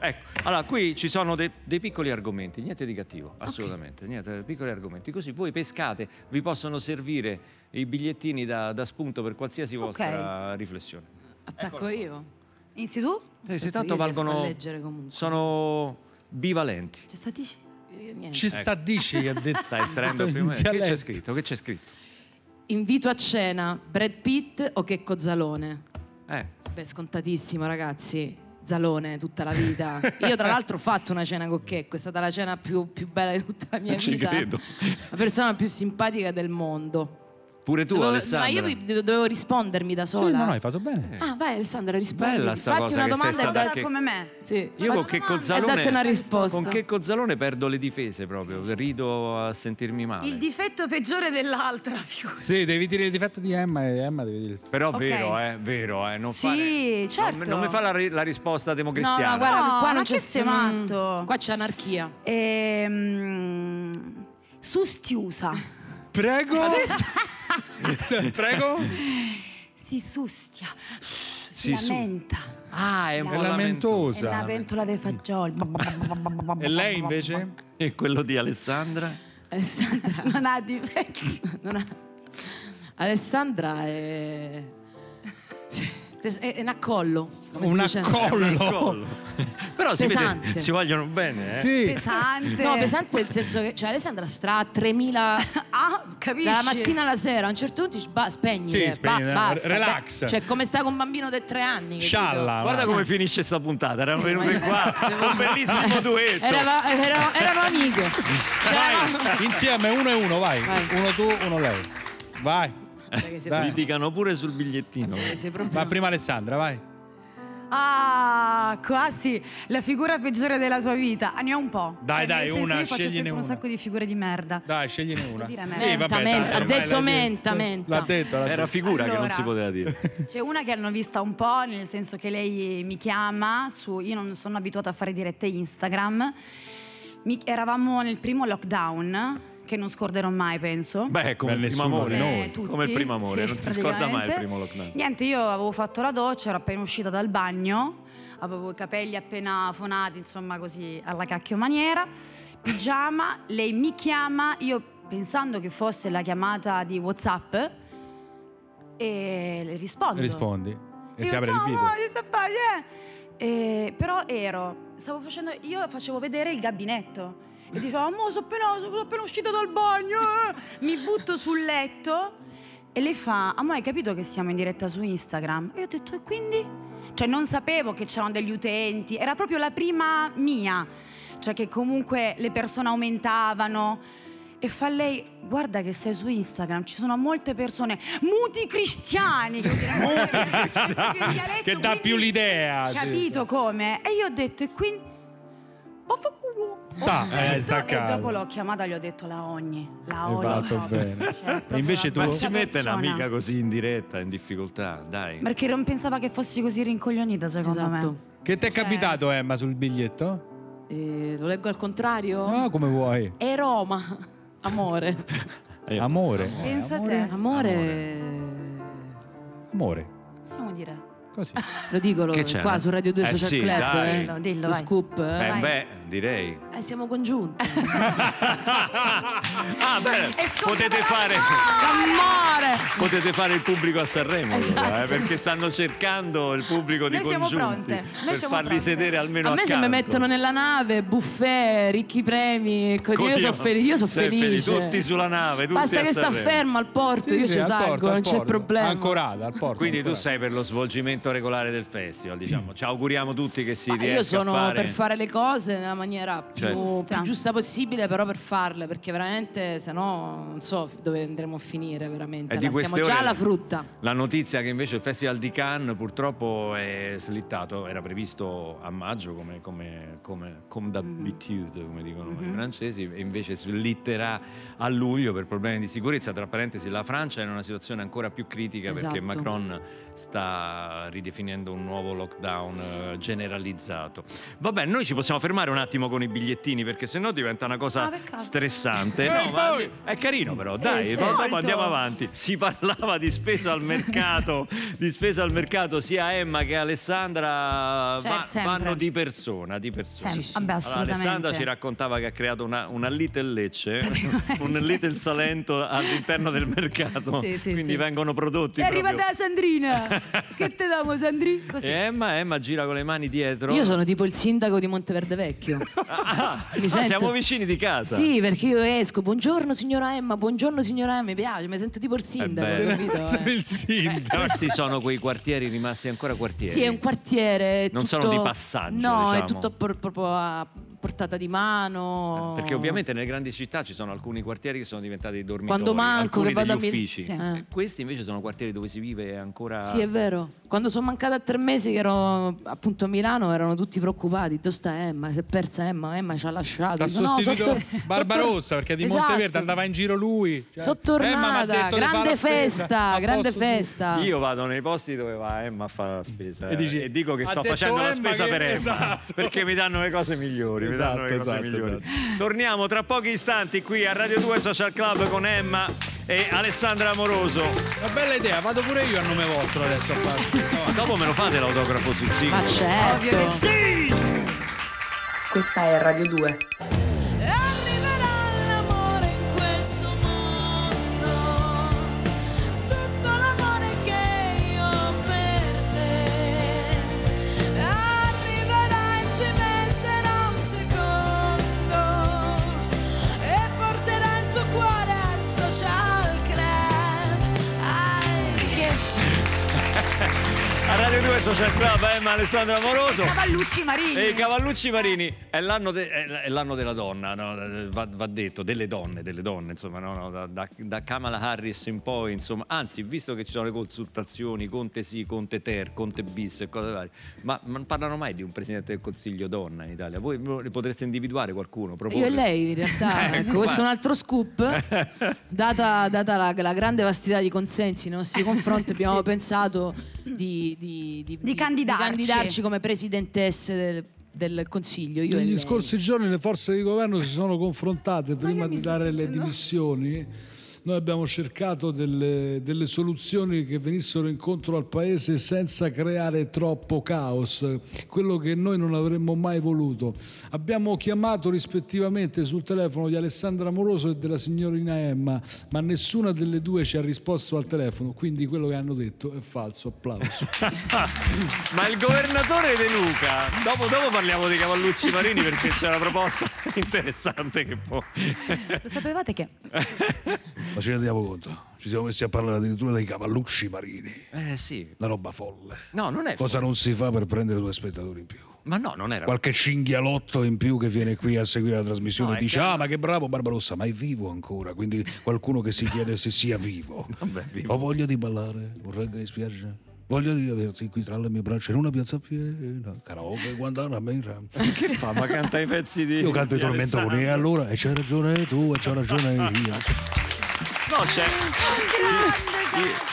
Speaker 1: Ecco, allora qui ci sono de- dei piccoli argomenti, niente di cattivo, assolutamente, niente, piccoli argomenti. Così voi pescate, vi possono servire i bigliettini da, da spunto per qualsiasi vostra riflessione.
Speaker 10: Attacco io.
Speaker 4: Inizi tu?
Speaker 1: Eh, se
Speaker 10: Tanto
Speaker 1: tanto
Speaker 10: io riesco
Speaker 1: valgono,
Speaker 10: a leggere comunque.
Speaker 1: sono bivalenti.
Speaker 4: C'è stati?
Speaker 10: Eh, niente.
Speaker 1: Ecco.
Speaker 2: Ci sta dici che ha detto...
Speaker 1: Stai estraendo
Speaker 2: in
Speaker 1: prima. Che c'è
Speaker 2: dialetto.
Speaker 1: scritto? Che c'è scritto?
Speaker 10: Invito a cena Brad Pitt o Checco Zalone?
Speaker 1: Eh,
Speaker 10: Beh, scontatissimo, ragazzi. Zalone tutta la vita. Io, tra l'altro, ho fatto una cena con Checco, è stata la cena più, più bella di tutta la mia
Speaker 1: Ci
Speaker 10: vita.
Speaker 1: credo.
Speaker 10: La persona più simpatica del mondo.
Speaker 1: Pure tu,
Speaker 10: Dovevo- ma
Speaker 1: Alessandra.
Speaker 10: io vi- dovevo rispondermi da sola.
Speaker 1: Sì, no, no, hai fatto bene.
Speaker 10: Ah, vai Alessandra, rispondi.
Speaker 1: Bella sta
Speaker 10: Fatti
Speaker 1: cosa
Speaker 10: una
Speaker 1: che sei
Speaker 10: domanda e
Speaker 1: stata
Speaker 10: dai
Speaker 1: anche-
Speaker 11: come me.
Speaker 10: Sì.
Speaker 1: Io con Checco Zalone
Speaker 10: E date una risposta.
Speaker 1: Con Checco Zalone perdo le difese proprio, rido a sentirmi male.
Speaker 11: Il difetto peggiore dell'altra. più.
Speaker 2: Sì, devi dire il difetto di Emma e Emma deve dire.
Speaker 1: Però
Speaker 11: Ok.
Speaker 1: vero, eh, vero, eh, non fare-
Speaker 11: Sì,
Speaker 1: non-
Speaker 11: certo.
Speaker 1: non, mi fa la, ri- la risposta
Speaker 10: No,
Speaker 1: democristiana.
Speaker 10: no, guarda,
Speaker 11: No,
Speaker 10: qua
Speaker 11: ma
Speaker 10: non
Speaker 11: che
Speaker 10: c'è
Speaker 11: sei
Speaker 10: mm,
Speaker 11: matto?
Speaker 10: Qua c'è anarchia.
Speaker 11: Ehm, sustiusa.
Speaker 2: Prego. Prego.
Speaker 11: Si sustia.
Speaker 1: Si
Speaker 11: Si,
Speaker 1: su-
Speaker 11: lamenta.
Speaker 1: Ah, è un
Speaker 11: È
Speaker 1: po' lamento.
Speaker 11: È una
Speaker 2: lamentosa.
Speaker 11: ventola dei fagioli.
Speaker 2: E lei invece?
Speaker 1: E quello di Alessandra?
Speaker 10: Alessandra
Speaker 11: Non ha difetti.
Speaker 10: non ha- Alessandra è... cioè, è, è un accollo. come si
Speaker 2: Un
Speaker 10: dice? Eh,
Speaker 2: accollo.
Speaker 1: Però si, vede,
Speaker 10: Pesante.
Speaker 1: si vogliono bene, eh.
Speaker 2: Sì.
Speaker 11: Pesante.
Speaker 10: No, pesante nel senso che cioè, Alessandra stra 3000
Speaker 11: Ah, capisci?
Speaker 10: dalla mattina alla sera, a un certo punto dici, "Ba- spegni,
Speaker 9: Sì,
Speaker 10: eh,
Speaker 9: spegni,
Speaker 10: ba-
Speaker 9: eh,
Speaker 10: basta,
Speaker 9: relax.
Speaker 10: beh, cioè come sta con un bambino di tre anni. capito?
Speaker 9: Scialla.
Speaker 1: Guarda
Speaker 9: va.
Speaker 1: come finisce sta puntata, erano venute qua, un bellissimo Ah, duetto.
Speaker 10: Erava- Cioè, era- erano amiche. C'eravamo-
Speaker 2: Vai. Insieme uno e uno, vai.
Speaker 10: Vai.
Speaker 2: Uno tu, uno lei. Vai.
Speaker 10: Guarda
Speaker 2: Dai.
Speaker 10: che sei proprio-
Speaker 1: Litigano pure sul bigliettino.
Speaker 10: sei proprio-
Speaker 2: Ma prima Alessandra, vai.
Speaker 11: Ah, quasi la figura peggiore della tua vita. Ah, ne ho un po'.
Speaker 9: Dai,
Speaker 11: Cioè,
Speaker 9: dai,
Speaker 11: nel senso,
Speaker 9: una,
Speaker 11: io faccio
Speaker 9: scegliene
Speaker 11: sempre
Speaker 9: una.
Speaker 11: un sacco di figure di merda.
Speaker 2: Dai, scegliene una.
Speaker 11: dire
Speaker 2: Sì,
Speaker 11: merda.
Speaker 2: vabbè,
Speaker 10: Menta,
Speaker 2: dai,
Speaker 10: menta,
Speaker 2: dai,
Speaker 10: ha detto
Speaker 2: l'ha
Speaker 10: menta, menta.
Speaker 2: L'ha detto, l'ha
Speaker 1: Era
Speaker 2: detto.
Speaker 1: figura che non
Speaker 11: Allora.
Speaker 1: si poteva dire.
Speaker 11: C'è una che hanno vista un po', nel senso che lei mi chiama su io non sono abituata a fare dirette Instagram. Mi- eravamo nel primo lockdown che non scorderò mai, penso.
Speaker 1: Beh, come il
Speaker 9: Beh,
Speaker 1: primo
Speaker 9: nessuno di
Speaker 1: amore.
Speaker 9: noi.
Speaker 11: Eh, tutti,
Speaker 1: Come il primo amore,
Speaker 11: sì,
Speaker 1: non si scorda mai il
Speaker 11: praticamente.
Speaker 1: primo lockdown.
Speaker 11: Niente, io avevo fatto la doccia, ero appena uscita dal bagno, avevo i capelli appena fonati, insomma così alla cacchio maniera, pigiama, lei mi chiama, io pensando che fosse la chiamata di Whatsapp e le rispondo.
Speaker 2: Rispondi. E
Speaker 11: Io,
Speaker 2: si apre
Speaker 11: "Ciao,
Speaker 2: il video.
Speaker 11: amore, che stai a fare? Eh?" Eh, però ero, stavo facendo, io facevo vedere il gabinetto e dicevo, amore, sono appena, sono appena uscita dal bagno, eh." mi butto sul letto e lei fa, amore, hai capito che siamo in diretta su Instagram? E io ho detto, e quindi? Cioè non sapevo che c'erano degli utenti, era proprio la prima mia, cioè che comunque le persone aumentavano. E fa lei, guarda che sei su Instagram, ci sono molte persone, muti cristiani, che vuol dire muti, è proprio il dialetto,
Speaker 9: Che dà
Speaker 11: quindi-
Speaker 9: più l'idea, sì.
Speaker 11: Capito come? E io ho detto, e quindi... Ho fatto culo. Ho
Speaker 9: Ta, eh, Esatto.
Speaker 11: finito, e
Speaker 9: staccato.
Speaker 11: dopo l'ho chiamata e gli ho detto la ogni, la
Speaker 2: Hai
Speaker 11: ogni.
Speaker 2: fatto
Speaker 11: proprio.
Speaker 2: bene.
Speaker 11: Cioè, proprio
Speaker 2: invece
Speaker 11: la
Speaker 2: tu-
Speaker 1: Ma
Speaker 11: brutta
Speaker 1: Eh, si mette
Speaker 11: persona.
Speaker 1: un'amica così in diretta, in difficoltà, dai.
Speaker 11: Perché non pensava che fossi così rincoglionita, secondo
Speaker 10: Esatto.
Speaker 11: me.
Speaker 2: Che ti è
Speaker 11: Cioè-
Speaker 2: capitato, Emma, sul biglietto?
Speaker 10: Eh, lo leggo al contrario?
Speaker 2: No, come vuoi.
Speaker 10: E Roma. Amore.
Speaker 1: Eh,
Speaker 2: Amore.
Speaker 11: Pensa a
Speaker 2: amore.
Speaker 11: te.
Speaker 10: Amore.
Speaker 2: Amore.
Speaker 11: Possiamo dire?
Speaker 2: Così.
Speaker 10: Lo dico lo-
Speaker 1: Che c'è?
Speaker 10: qua su Radio 2
Speaker 1: Eh
Speaker 10: Social
Speaker 1: sì,
Speaker 10: Club.
Speaker 1: dai.
Speaker 10: eh.
Speaker 11: Dillo, dillo,
Speaker 10: lo
Speaker 11: vai.
Speaker 10: scoop. eh.
Speaker 1: Beh,
Speaker 11: vai.
Speaker 1: beh, direi.
Speaker 10: Eh, siamo congiunti.
Speaker 1: ah, bene.
Speaker 11: scontata
Speaker 1: Potete
Speaker 11: la
Speaker 1: fare,
Speaker 10: Amore.
Speaker 1: potete fare il pubblico a Sanremo, allora,
Speaker 10: Esatto.
Speaker 1: eh, perché stanno cercando il pubblico di
Speaker 11: Noi siamo
Speaker 1: congiunti
Speaker 11: pronte, noi
Speaker 1: per
Speaker 11: siamo
Speaker 1: farli
Speaker 11: pronte.
Speaker 1: sedere almeno
Speaker 10: A me se mi
Speaker 1: accanto.
Speaker 10: mettono nella nave, buffet, ricchi premi, co- io sono felice. Io sono
Speaker 1: Sei
Speaker 10: felice.
Speaker 1: Tutti sulla nave, tutti
Speaker 10: Basta
Speaker 1: a
Speaker 10: che sta
Speaker 1: Sanremo.
Speaker 10: ferma al porto, io
Speaker 2: Sì,
Speaker 10: ci
Speaker 2: al
Speaker 10: salgo,
Speaker 2: porto, al
Speaker 10: non c'è
Speaker 2: porto.
Speaker 10: problema.
Speaker 2: Ancorata, al porto.
Speaker 1: Quindi tu
Speaker 2: ancorata.
Speaker 1: sei per lo svolgimento regolare del festival, diciamo. Ci auguriamo tutti che si
Speaker 10: Ma
Speaker 1: riesca
Speaker 10: Ah, io sono
Speaker 1: a fare.
Speaker 10: per fare le cose nella maniera più,
Speaker 1: Certo.
Speaker 10: più
Speaker 11: Giusta.
Speaker 10: giusta possibile, però per farle, perché veramente se no non so f- dove andremo a finire veramente.
Speaker 1: È di
Speaker 10: La-
Speaker 1: queste
Speaker 10: Siamo già
Speaker 1: ore-
Speaker 10: alla frutta.
Speaker 1: La notizia che invece il Festival di Cannes purtroppo è slittato, era previsto a maggio come, come, come,
Speaker 10: Mm.
Speaker 1: come d'abitudine, come dicono
Speaker 10: Mm-hmm.
Speaker 1: i francesi, e invece slitterà a luglio per problemi di sicurezza. Tra parentesi, la Francia è in una situazione ancora più critica perché
Speaker 10: Esatto.
Speaker 1: Macron sta ridefinendo un nuovo lockdown eh, generalizzato. Vabbè, noi ci possiamo fermare un attimo con i bigliettini perché sennò diventa una cosa
Speaker 11: Ah, peccato.
Speaker 1: stressante.
Speaker 10: Eh,
Speaker 1: No, ma è carino però,
Speaker 11: Sì,
Speaker 1: dai,
Speaker 11: sì.
Speaker 1: dopo
Speaker 11: Molto.
Speaker 1: andiamo avanti. Si parlava di spesa al mercato, di spesa al mercato sia Emma che Alessandra
Speaker 11: Cioè,
Speaker 1: va-
Speaker 11: sempre.
Speaker 1: vanno di persona, di persona.
Speaker 11: Sempre. Sì, sì. Vabbè,
Speaker 1: Allora,
Speaker 11: assolutamente.
Speaker 1: Alessandra ci raccontava che ha creato una, una Little Lecce, un Little Salento all'interno del mercato,
Speaker 11: Sì, sì,
Speaker 1: quindi
Speaker 11: sì.
Speaker 1: vengono prodotti
Speaker 11: E arriva
Speaker 1: proprio-
Speaker 11: da Sandrina. che te damo, Sandri? Così.
Speaker 1: E Emma, Emma gira con le mani dietro.
Speaker 10: Io sono tipo il sindaco di Monteverde Vecchio.
Speaker 1: Ah,
Speaker 10: Mi
Speaker 1: ah,
Speaker 10: sento-
Speaker 1: siamo vicini di casa.
Speaker 10: Sì, perché io esco, buongiorno signora Emma, buongiorno signora Emma, mi piace, mi sento tipo il sindaco,
Speaker 1: bello.
Speaker 10: capito? eh?
Speaker 2: Sei il sindaco.
Speaker 1: Questi sono quei quartieri rimasti ancora quartieri.
Speaker 10: Sì, è un quartiere.
Speaker 1: Non sono
Speaker 10: tutto-
Speaker 1: di passaggio,
Speaker 10: No,
Speaker 1: diciamo.
Speaker 10: è tutto pro- proprio a portata di mano.
Speaker 1: Eh, Perché ovviamente nelle grandi città ci sono alcuni quartieri che sono diventati dei dormitori,
Speaker 10: Quando manco,
Speaker 1: alcuni
Speaker 10: che vado a
Speaker 1: degli
Speaker 10: Mil-
Speaker 1: uffici.
Speaker 10: sì. Eh.
Speaker 1: Questi invece sono quartieri dove si vive ancora
Speaker 10: Sì, è vero. Quando sono mancata tre mesi che ero appunto a Milano erano tutti preoccupati. Dove sta Emma? Si è persa Emma, Emma ci ha lasciato.
Speaker 9: Ha
Speaker 10: Dico, no,
Speaker 9: sostituito
Speaker 10: sono tor-
Speaker 9: Barbarossa
Speaker 10: sono tor-
Speaker 9: perché di
Speaker 10: Esatto.
Speaker 9: Monteverde andava in giro lui. Cioè,
Speaker 10: Sono
Speaker 9: "Emma m'ha
Speaker 10: tornata,
Speaker 9: detto di fare la
Speaker 10: grande
Speaker 9: spesa".
Speaker 10: festa,
Speaker 9: A
Speaker 10: grande
Speaker 9: posto di-
Speaker 10: festa.
Speaker 1: Io vado nei posti dove va Emma a fare la spesa eh,
Speaker 9: E
Speaker 1: e,
Speaker 9: dici,
Speaker 1: dico che
Speaker 9: "Ha
Speaker 1: sto
Speaker 9: detto
Speaker 1: facendo la
Speaker 9: Emma
Speaker 1: spesa
Speaker 9: che-"
Speaker 1: per Emma
Speaker 9: Esatto.
Speaker 1: perché mi danno le cose migliori. mi danno le
Speaker 9: Esatto,
Speaker 1: cose
Speaker 9: esatto,
Speaker 1: migliori. Torniamo tra pochi istanti qui a Radio 2 Social Club con Emma e Alessandra Amoroso.
Speaker 9: Una bella idea, vado pure io a nome vostro adesso a fare.
Speaker 1: Ma dopo me lo fate l'autografo sul sito?
Speaker 10: Ma certo.
Speaker 8: Questa è Radio 2.
Speaker 12: Arriverà l'amore in questo mondo, tutto l'amore che io ho per te. Arriverà e ci metterà un secondo e porterà il tuo cuore al social club.
Speaker 1: A Radio 2 Social Club Emma Alessandra Amoroso.
Speaker 11: Cavallucci Marini.
Speaker 1: E i Eh, Cavallucci Marini è l'anno, de- è l- è l'anno della donna, no? Eh, va, va detto, delle donne, delle donne, insomma, no? No, da, da- da Kamala Harris in poi, insomma, anzi, visto che ci sono le consultazioni, Conte sì, Conte ter, Conte bis e cose varie, ma ma non parlano mai di un presidente del Consiglio donna in Italia, voi voi ne potreste individuare qualcuno?
Speaker 10: Io
Speaker 1: proporre?
Speaker 10: e lei in realtà,
Speaker 1: Ecco,
Speaker 10: ecco, questo
Speaker 1: guarda.
Speaker 10: è un altro scoop, data, data la, la grande vastità di consensi nei nostri confronti abbiamo pensato di, di- di- di-
Speaker 11: candidarci.
Speaker 10: di candidarci come presidentesse del, del Consiglio. Io e
Speaker 2: Negli
Speaker 10: lei.
Speaker 2: scorsi giorni le forze di governo si sono confrontate prima di dare le dimissioni. Noi abbiamo cercato delle, delle soluzioni che venissero incontro al paese senza creare troppo caos, quello che noi non avremmo mai voluto. Abbiamo chiamato rispettivamente sul telefono di Alessandra Moroso e della signorina Emma, ma nessuna delle due ci ha risposto al telefono, quindi quello che hanno detto è falso. Applauso.
Speaker 1: Ma il governatore De Luca, dopo, dopo parliamo di Cavallucci Marini perché c'è una proposta interessante che può... Eh.
Speaker 11: Lo sapevate che
Speaker 2: Ma ci rendiamo conto, ci siamo messi a parlare addirittura dei cavallucci marini.
Speaker 1: Eh sì,
Speaker 2: La roba folle.
Speaker 1: no, non è...
Speaker 2: Cosa non si fa per prendere due spettatori in più?
Speaker 1: Ma no, non era...
Speaker 2: Qualche cinghialotto in più che viene qui a seguire la trasmissione
Speaker 1: No,
Speaker 2: e
Speaker 1: è
Speaker 2: dice:
Speaker 1: che-
Speaker 2: Ah, ma che bravo Barbarossa, ma è vivo ancora. Quindi qualcuno che si chiede se sia vivo.
Speaker 1: Vabbè, vivo.
Speaker 2: Ho voglia di ballare, un reggae in spiaggia. Voglio di averti qui tra le mie braccia in una piazza piena. Karaoke, guardare a me.
Speaker 1: Che fa? Ma canta i pezzi di.
Speaker 2: Io canto i
Speaker 1: di
Speaker 2: tormentoni, e
Speaker 1: Alessandro.
Speaker 2: allora e c'hai ragione tu, e c'ho ragione io.
Speaker 1: No, c'è.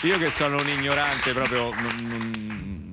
Speaker 1: Io, io che sono un ignorante, proprio non, non-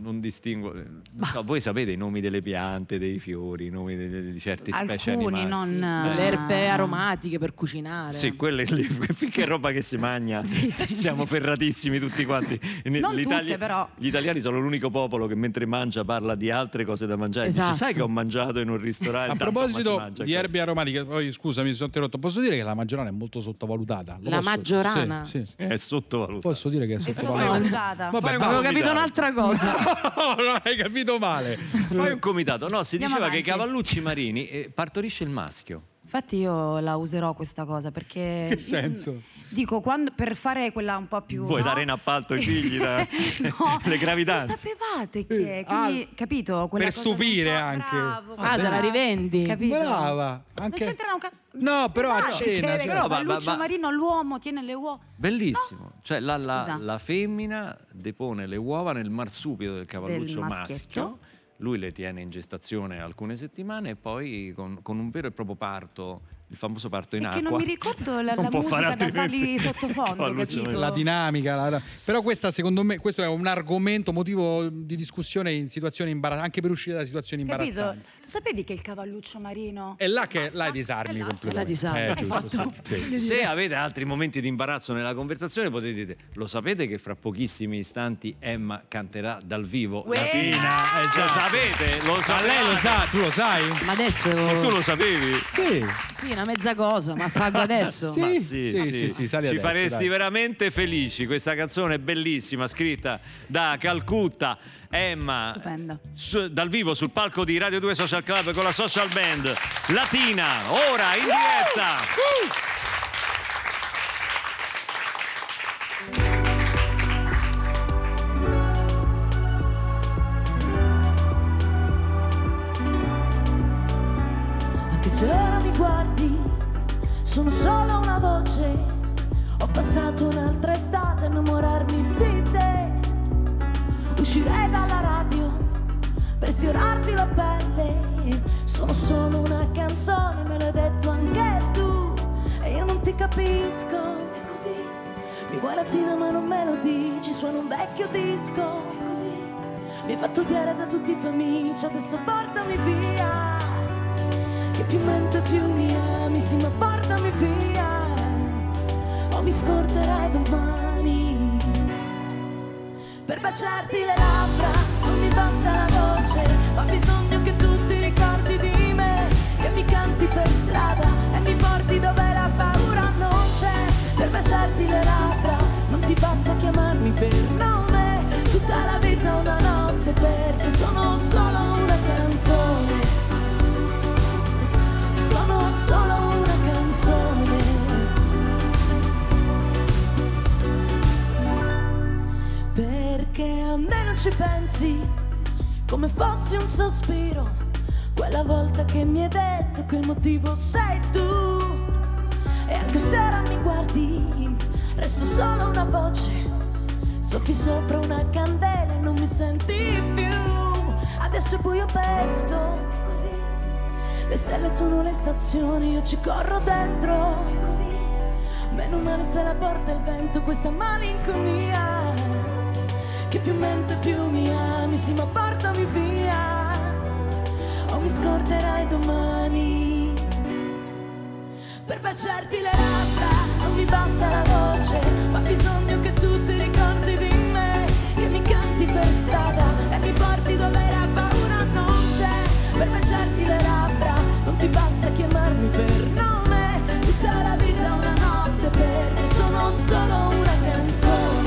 Speaker 1: non distingo. Non so, voi sapete i nomi delle piante, dei fiori, i nomi de- de- di certi specie
Speaker 11: alcuni
Speaker 1: animali.
Speaker 11: non
Speaker 10: Le erbe Ah, aromatiche per cucinare.
Speaker 1: Eh. Sì, quelle lì, finché è roba che si mangia, siamo ferratissimi tutti quanti. In-
Speaker 11: Non
Speaker 1: l'Italia-
Speaker 11: tutte, però.
Speaker 1: Gli italiani sono l'unico popolo che mentre mangia parla di altre cose da mangiare. Dice,
Speaker 10: Esatto.
Speaker 1: sai che ho mangiato in un ristorante?
Speaker 9: A
Speaker 1: Tanto, ma si
Speaker 9: proposito
Speaker 1: mangia così."
Speaker 9: di erbe aromatiche, poi scusami, mi sono interrotto. Posso dire che la maggiorana è molto sottovalutata? Lo
Speaker 10: La
Speaker 9: posso-
Speaker 10: maggiorana?
Speaker 9: Sì, sì.
Speaker 1: È sottovalutato.
Speaker 9: Posso dire che è
Speaker 11: è
Speaker 9: sottovalutata?
Speaker 11: sottovalutata.
Speaker 9: Vabbè,
Speaker 1: Fai un
Speaker 10: Avevo
Speaker 1: Come
Speaker 10: capito
Speaker 1: dava?
Speaker 10: un'altra cosa.
Speaker 9: no, no, hai capito male.
Speaker 1: Fai un comitato. No, si
Speaker 11: Andiamo
Speaker 1: diceva che i
Speaker 11: avanti.
Speaker 1: cavallucci marini eh, partorisce il maschio.
Speaker 11: Infatti io la userò questa cosa perché...
Speaker 9: Che
Speaker 11: io-
Speaker 9: senso?
Speaker 11: dico, quando- per fare quella un po' più...
Speaker 1: Vuoi
Speaker 11: no?
Speaker 1: dare in appalto i figli da-
Speaker 11: no,
Speaker 1: le gravidanze?
Speaker 11: Lo sapevate che...
Speaker 9: Eh, ah,
Speaker 11: quindi, capito? Quella
Speaker 9: per
Speaker 11: cosa del
Speaker 9: stupire
Speaker 11: po'
Speaker 9: anche.
Speaker 11: bravo,
Speaker 10: Ah, te la rivendi.
Speaker 11: Capito?
Speaker 9: Brava.
Speaker 11: Non
Speaker 9: Anche...
Speaker 11: c'entra un cazzo.
Speaker 9: No, però a cena, cioè.
Speaker 1: Però, ma-
Speaker 11: Lucio
Speaker 1: ma- ma-
Speaker 11: Marino, l'uomo, tiene le uova.
Speaker 1: Bellissimo. Cioè la, la-
Speaker 11: Scusa.
Speaker 1: la femmina depone le uova nel marsupio del cavalluccio
Speaker 11: Del maschietto.
Speaker 1: maschio. Lui le tiene in gestazione alcune settimane e poi con, con un vero e proprio parto, il famoso parto in
Speaker 11: E
Speaker 1: acqua.
Speaker 11: che non mi ricordo la,
Speaker 1: Non
Speaker 11: la
Speaker 1: può fare
Speaker 11: musica da fargli
Speaker 1: altrimenti.
Speaker 11: sottofondo,
Speaker 1: Cavalluccio
Speaker 11: capito?
Speaker 1: Marino.
Speaker 9: la dinamica. la- la- Però questa, secondo me, questo è un argomento, motivo di discussione in situazioni imbarazzanti, anche per uscire da situazioni
Speaker 11: Capito?
Speaker 9: imbarazzanti.
Speaker 11: Lo sapevi che il cavalluccio marino
Speaker 9: È là che
Speaker 11: Basta.
Speaker 9: la disarmi
Speaker 11: È là.
Speaker 9: completamente.
Speaker 10: La disarmi.
Speaker 9: Eh, giusto,
Speaker 11: Esatto.
Speaker 9: sì, sì.
Speaker 1: Se avete altri momenti di imbarazzo nella conversazione potete dire, lo sapete che fra pochissimi istanti Emma canterà dal vivo
Speaker 11: Uè!
Speaker 1: la Pina? Eh, lo sapete, lo
Speaker 9: Ma
Speaker 1: sapete.
Speaker 9: lei lo sa, tu lo sai?
Speaker 10: Ma adesso...
Speaker 1: Ma tu lo sapevi?
Speaker 9: Sì.
Speaker 10: Sì, una mezza cosa, ma salgo adesso.
Speaker 9: Sì.
Speaker 1: Ma sì,
Speaker 9: sì, sì, sì, sali
Speaker 1: ci
Speaker 9: adesso,
Speaker 1: faresti
Speaker 9: dai.
Speaker 1: veramente felici. Questa canzone è bellissima, scritta da Calcutta, Emma,
Speaker 11: Stupenda.
Speaker 1: su- dal vivo sul palco di Radio 2 Social Club con la social band Latina, ora in diretta.
Speaker 10: Arriverà
Speaker 4: se ora mi guardi, sono solo una voce. Ho passato un'altra estate a innamorarmi di te. Uscirei dalla radio per sfiorarti la pelle. Sono solo una canzone, me l'hai detto anche tu. E io non ti capisco, è così. Mi vuoi latina ma non me lo dici, suona un vecchio disco, è così. Mi hai fatto odiare da tutti i tuoi amici, adesso portami via. Che più mento e più mi ami, sì ma portami via. O mi scorderai domani. Per baciarti le labbra non mi basta la voce, ho bisogno che tu ti ricordi di me, che mi canti per strada e mi porti dove la paura non c'è. Per baciarti le labbra non ti basta chiamarmi per nome, tutta la vita una notte perché sono solo una canzone. Sono solo una canzone. Perché a me non ci pensi come fossi un sospiro. Quella volta che mi hai detto che il motivo sei tu. E anche se ora mi guardi, resto solo una voce. Soffi sopra una candela e non mi senti più. Adesso è buio pesto, è così. Le stelle sono le stazioni, io ci corro dentro. È così. Meno male se la porta il vento questa malinconia che più mento e più mi ami, sì ma portami via, o mi scorderai domani. Per baciarti le labbra non mi basta la voce, ma bisogno che tu ti ricordi di me, che mi canti per strada e mi porti dove la paura non c'è. Per baciarti le labbra non ti basta chiamarmi per nome, tutta la vita una notte perché sono solo una canzone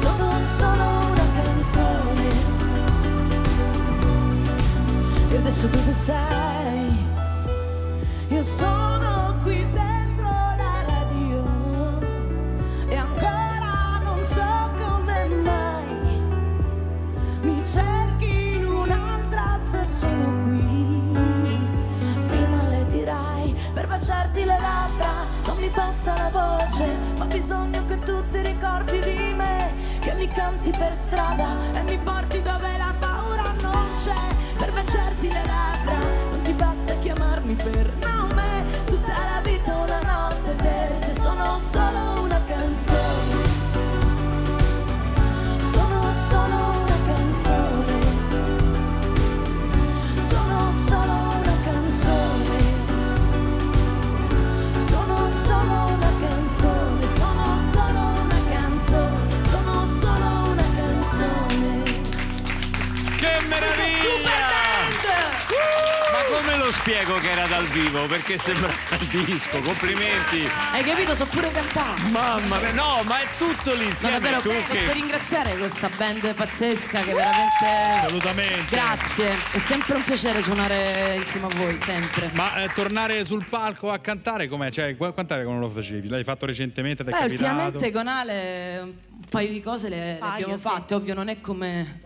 Speaker 4: sono solo una canzone. E adesso dove sei? Io sono qui dentro la radio e ancora non so come mai mi cerchi in un'altra se sono qui. Prima le tirai per baciarti le labbra, non mi basta la voce, ma ho bisogno che tu ti ricordi di me, che mi canti per strada e mi porti dove la paura non c'è. Per baciarti le labbra non ti basta chiamarmi per nome, tutta la vita una notte per te sono solo una canzone. Sono solo una canzone. Sono solo una canzone. Sono solo una canzone. Sono solo una canzone. Sono solo una canzone.
Speaker 13: Che meraviglia!
Speaker 1: Ma come lo spiego che era dal vivo? Perché sembra il disco, complimenti.
Speaker 10: Hai capito? So pure cantare.
Speaker 13: Mamma mia, no, ma è tutto
Speaker 10: No,
Speaker 13: l'insieme.
Speaker 10: davvero, eh,
Speaker 13: tu
Speaker 10: posso
Speaker 1: Eh,
Speaker 13: che...
Speaker 10: ringraziare questa band pazzesca che veramente...
Speaker 9: Assolutamente.
Speaker 10: Grazie, è sempre un piacere suonare insieme a voi, sempre.
Speaker 9: Ma eh, tornare sul palco a cantare com'è? Cioè, qu- quant'era che non lo facevi? L'hai fatto recentemente? Ti è
Speaker 10: Beh,
Speaker 9: capitato?
Speaker 10: ultimamente con Ale un paio di cose le, le
Speaker 11: Paio,
Speaker 10: abbiamo
Speaker 11: sì.
Speaker 10: fatte, ovvio non è come,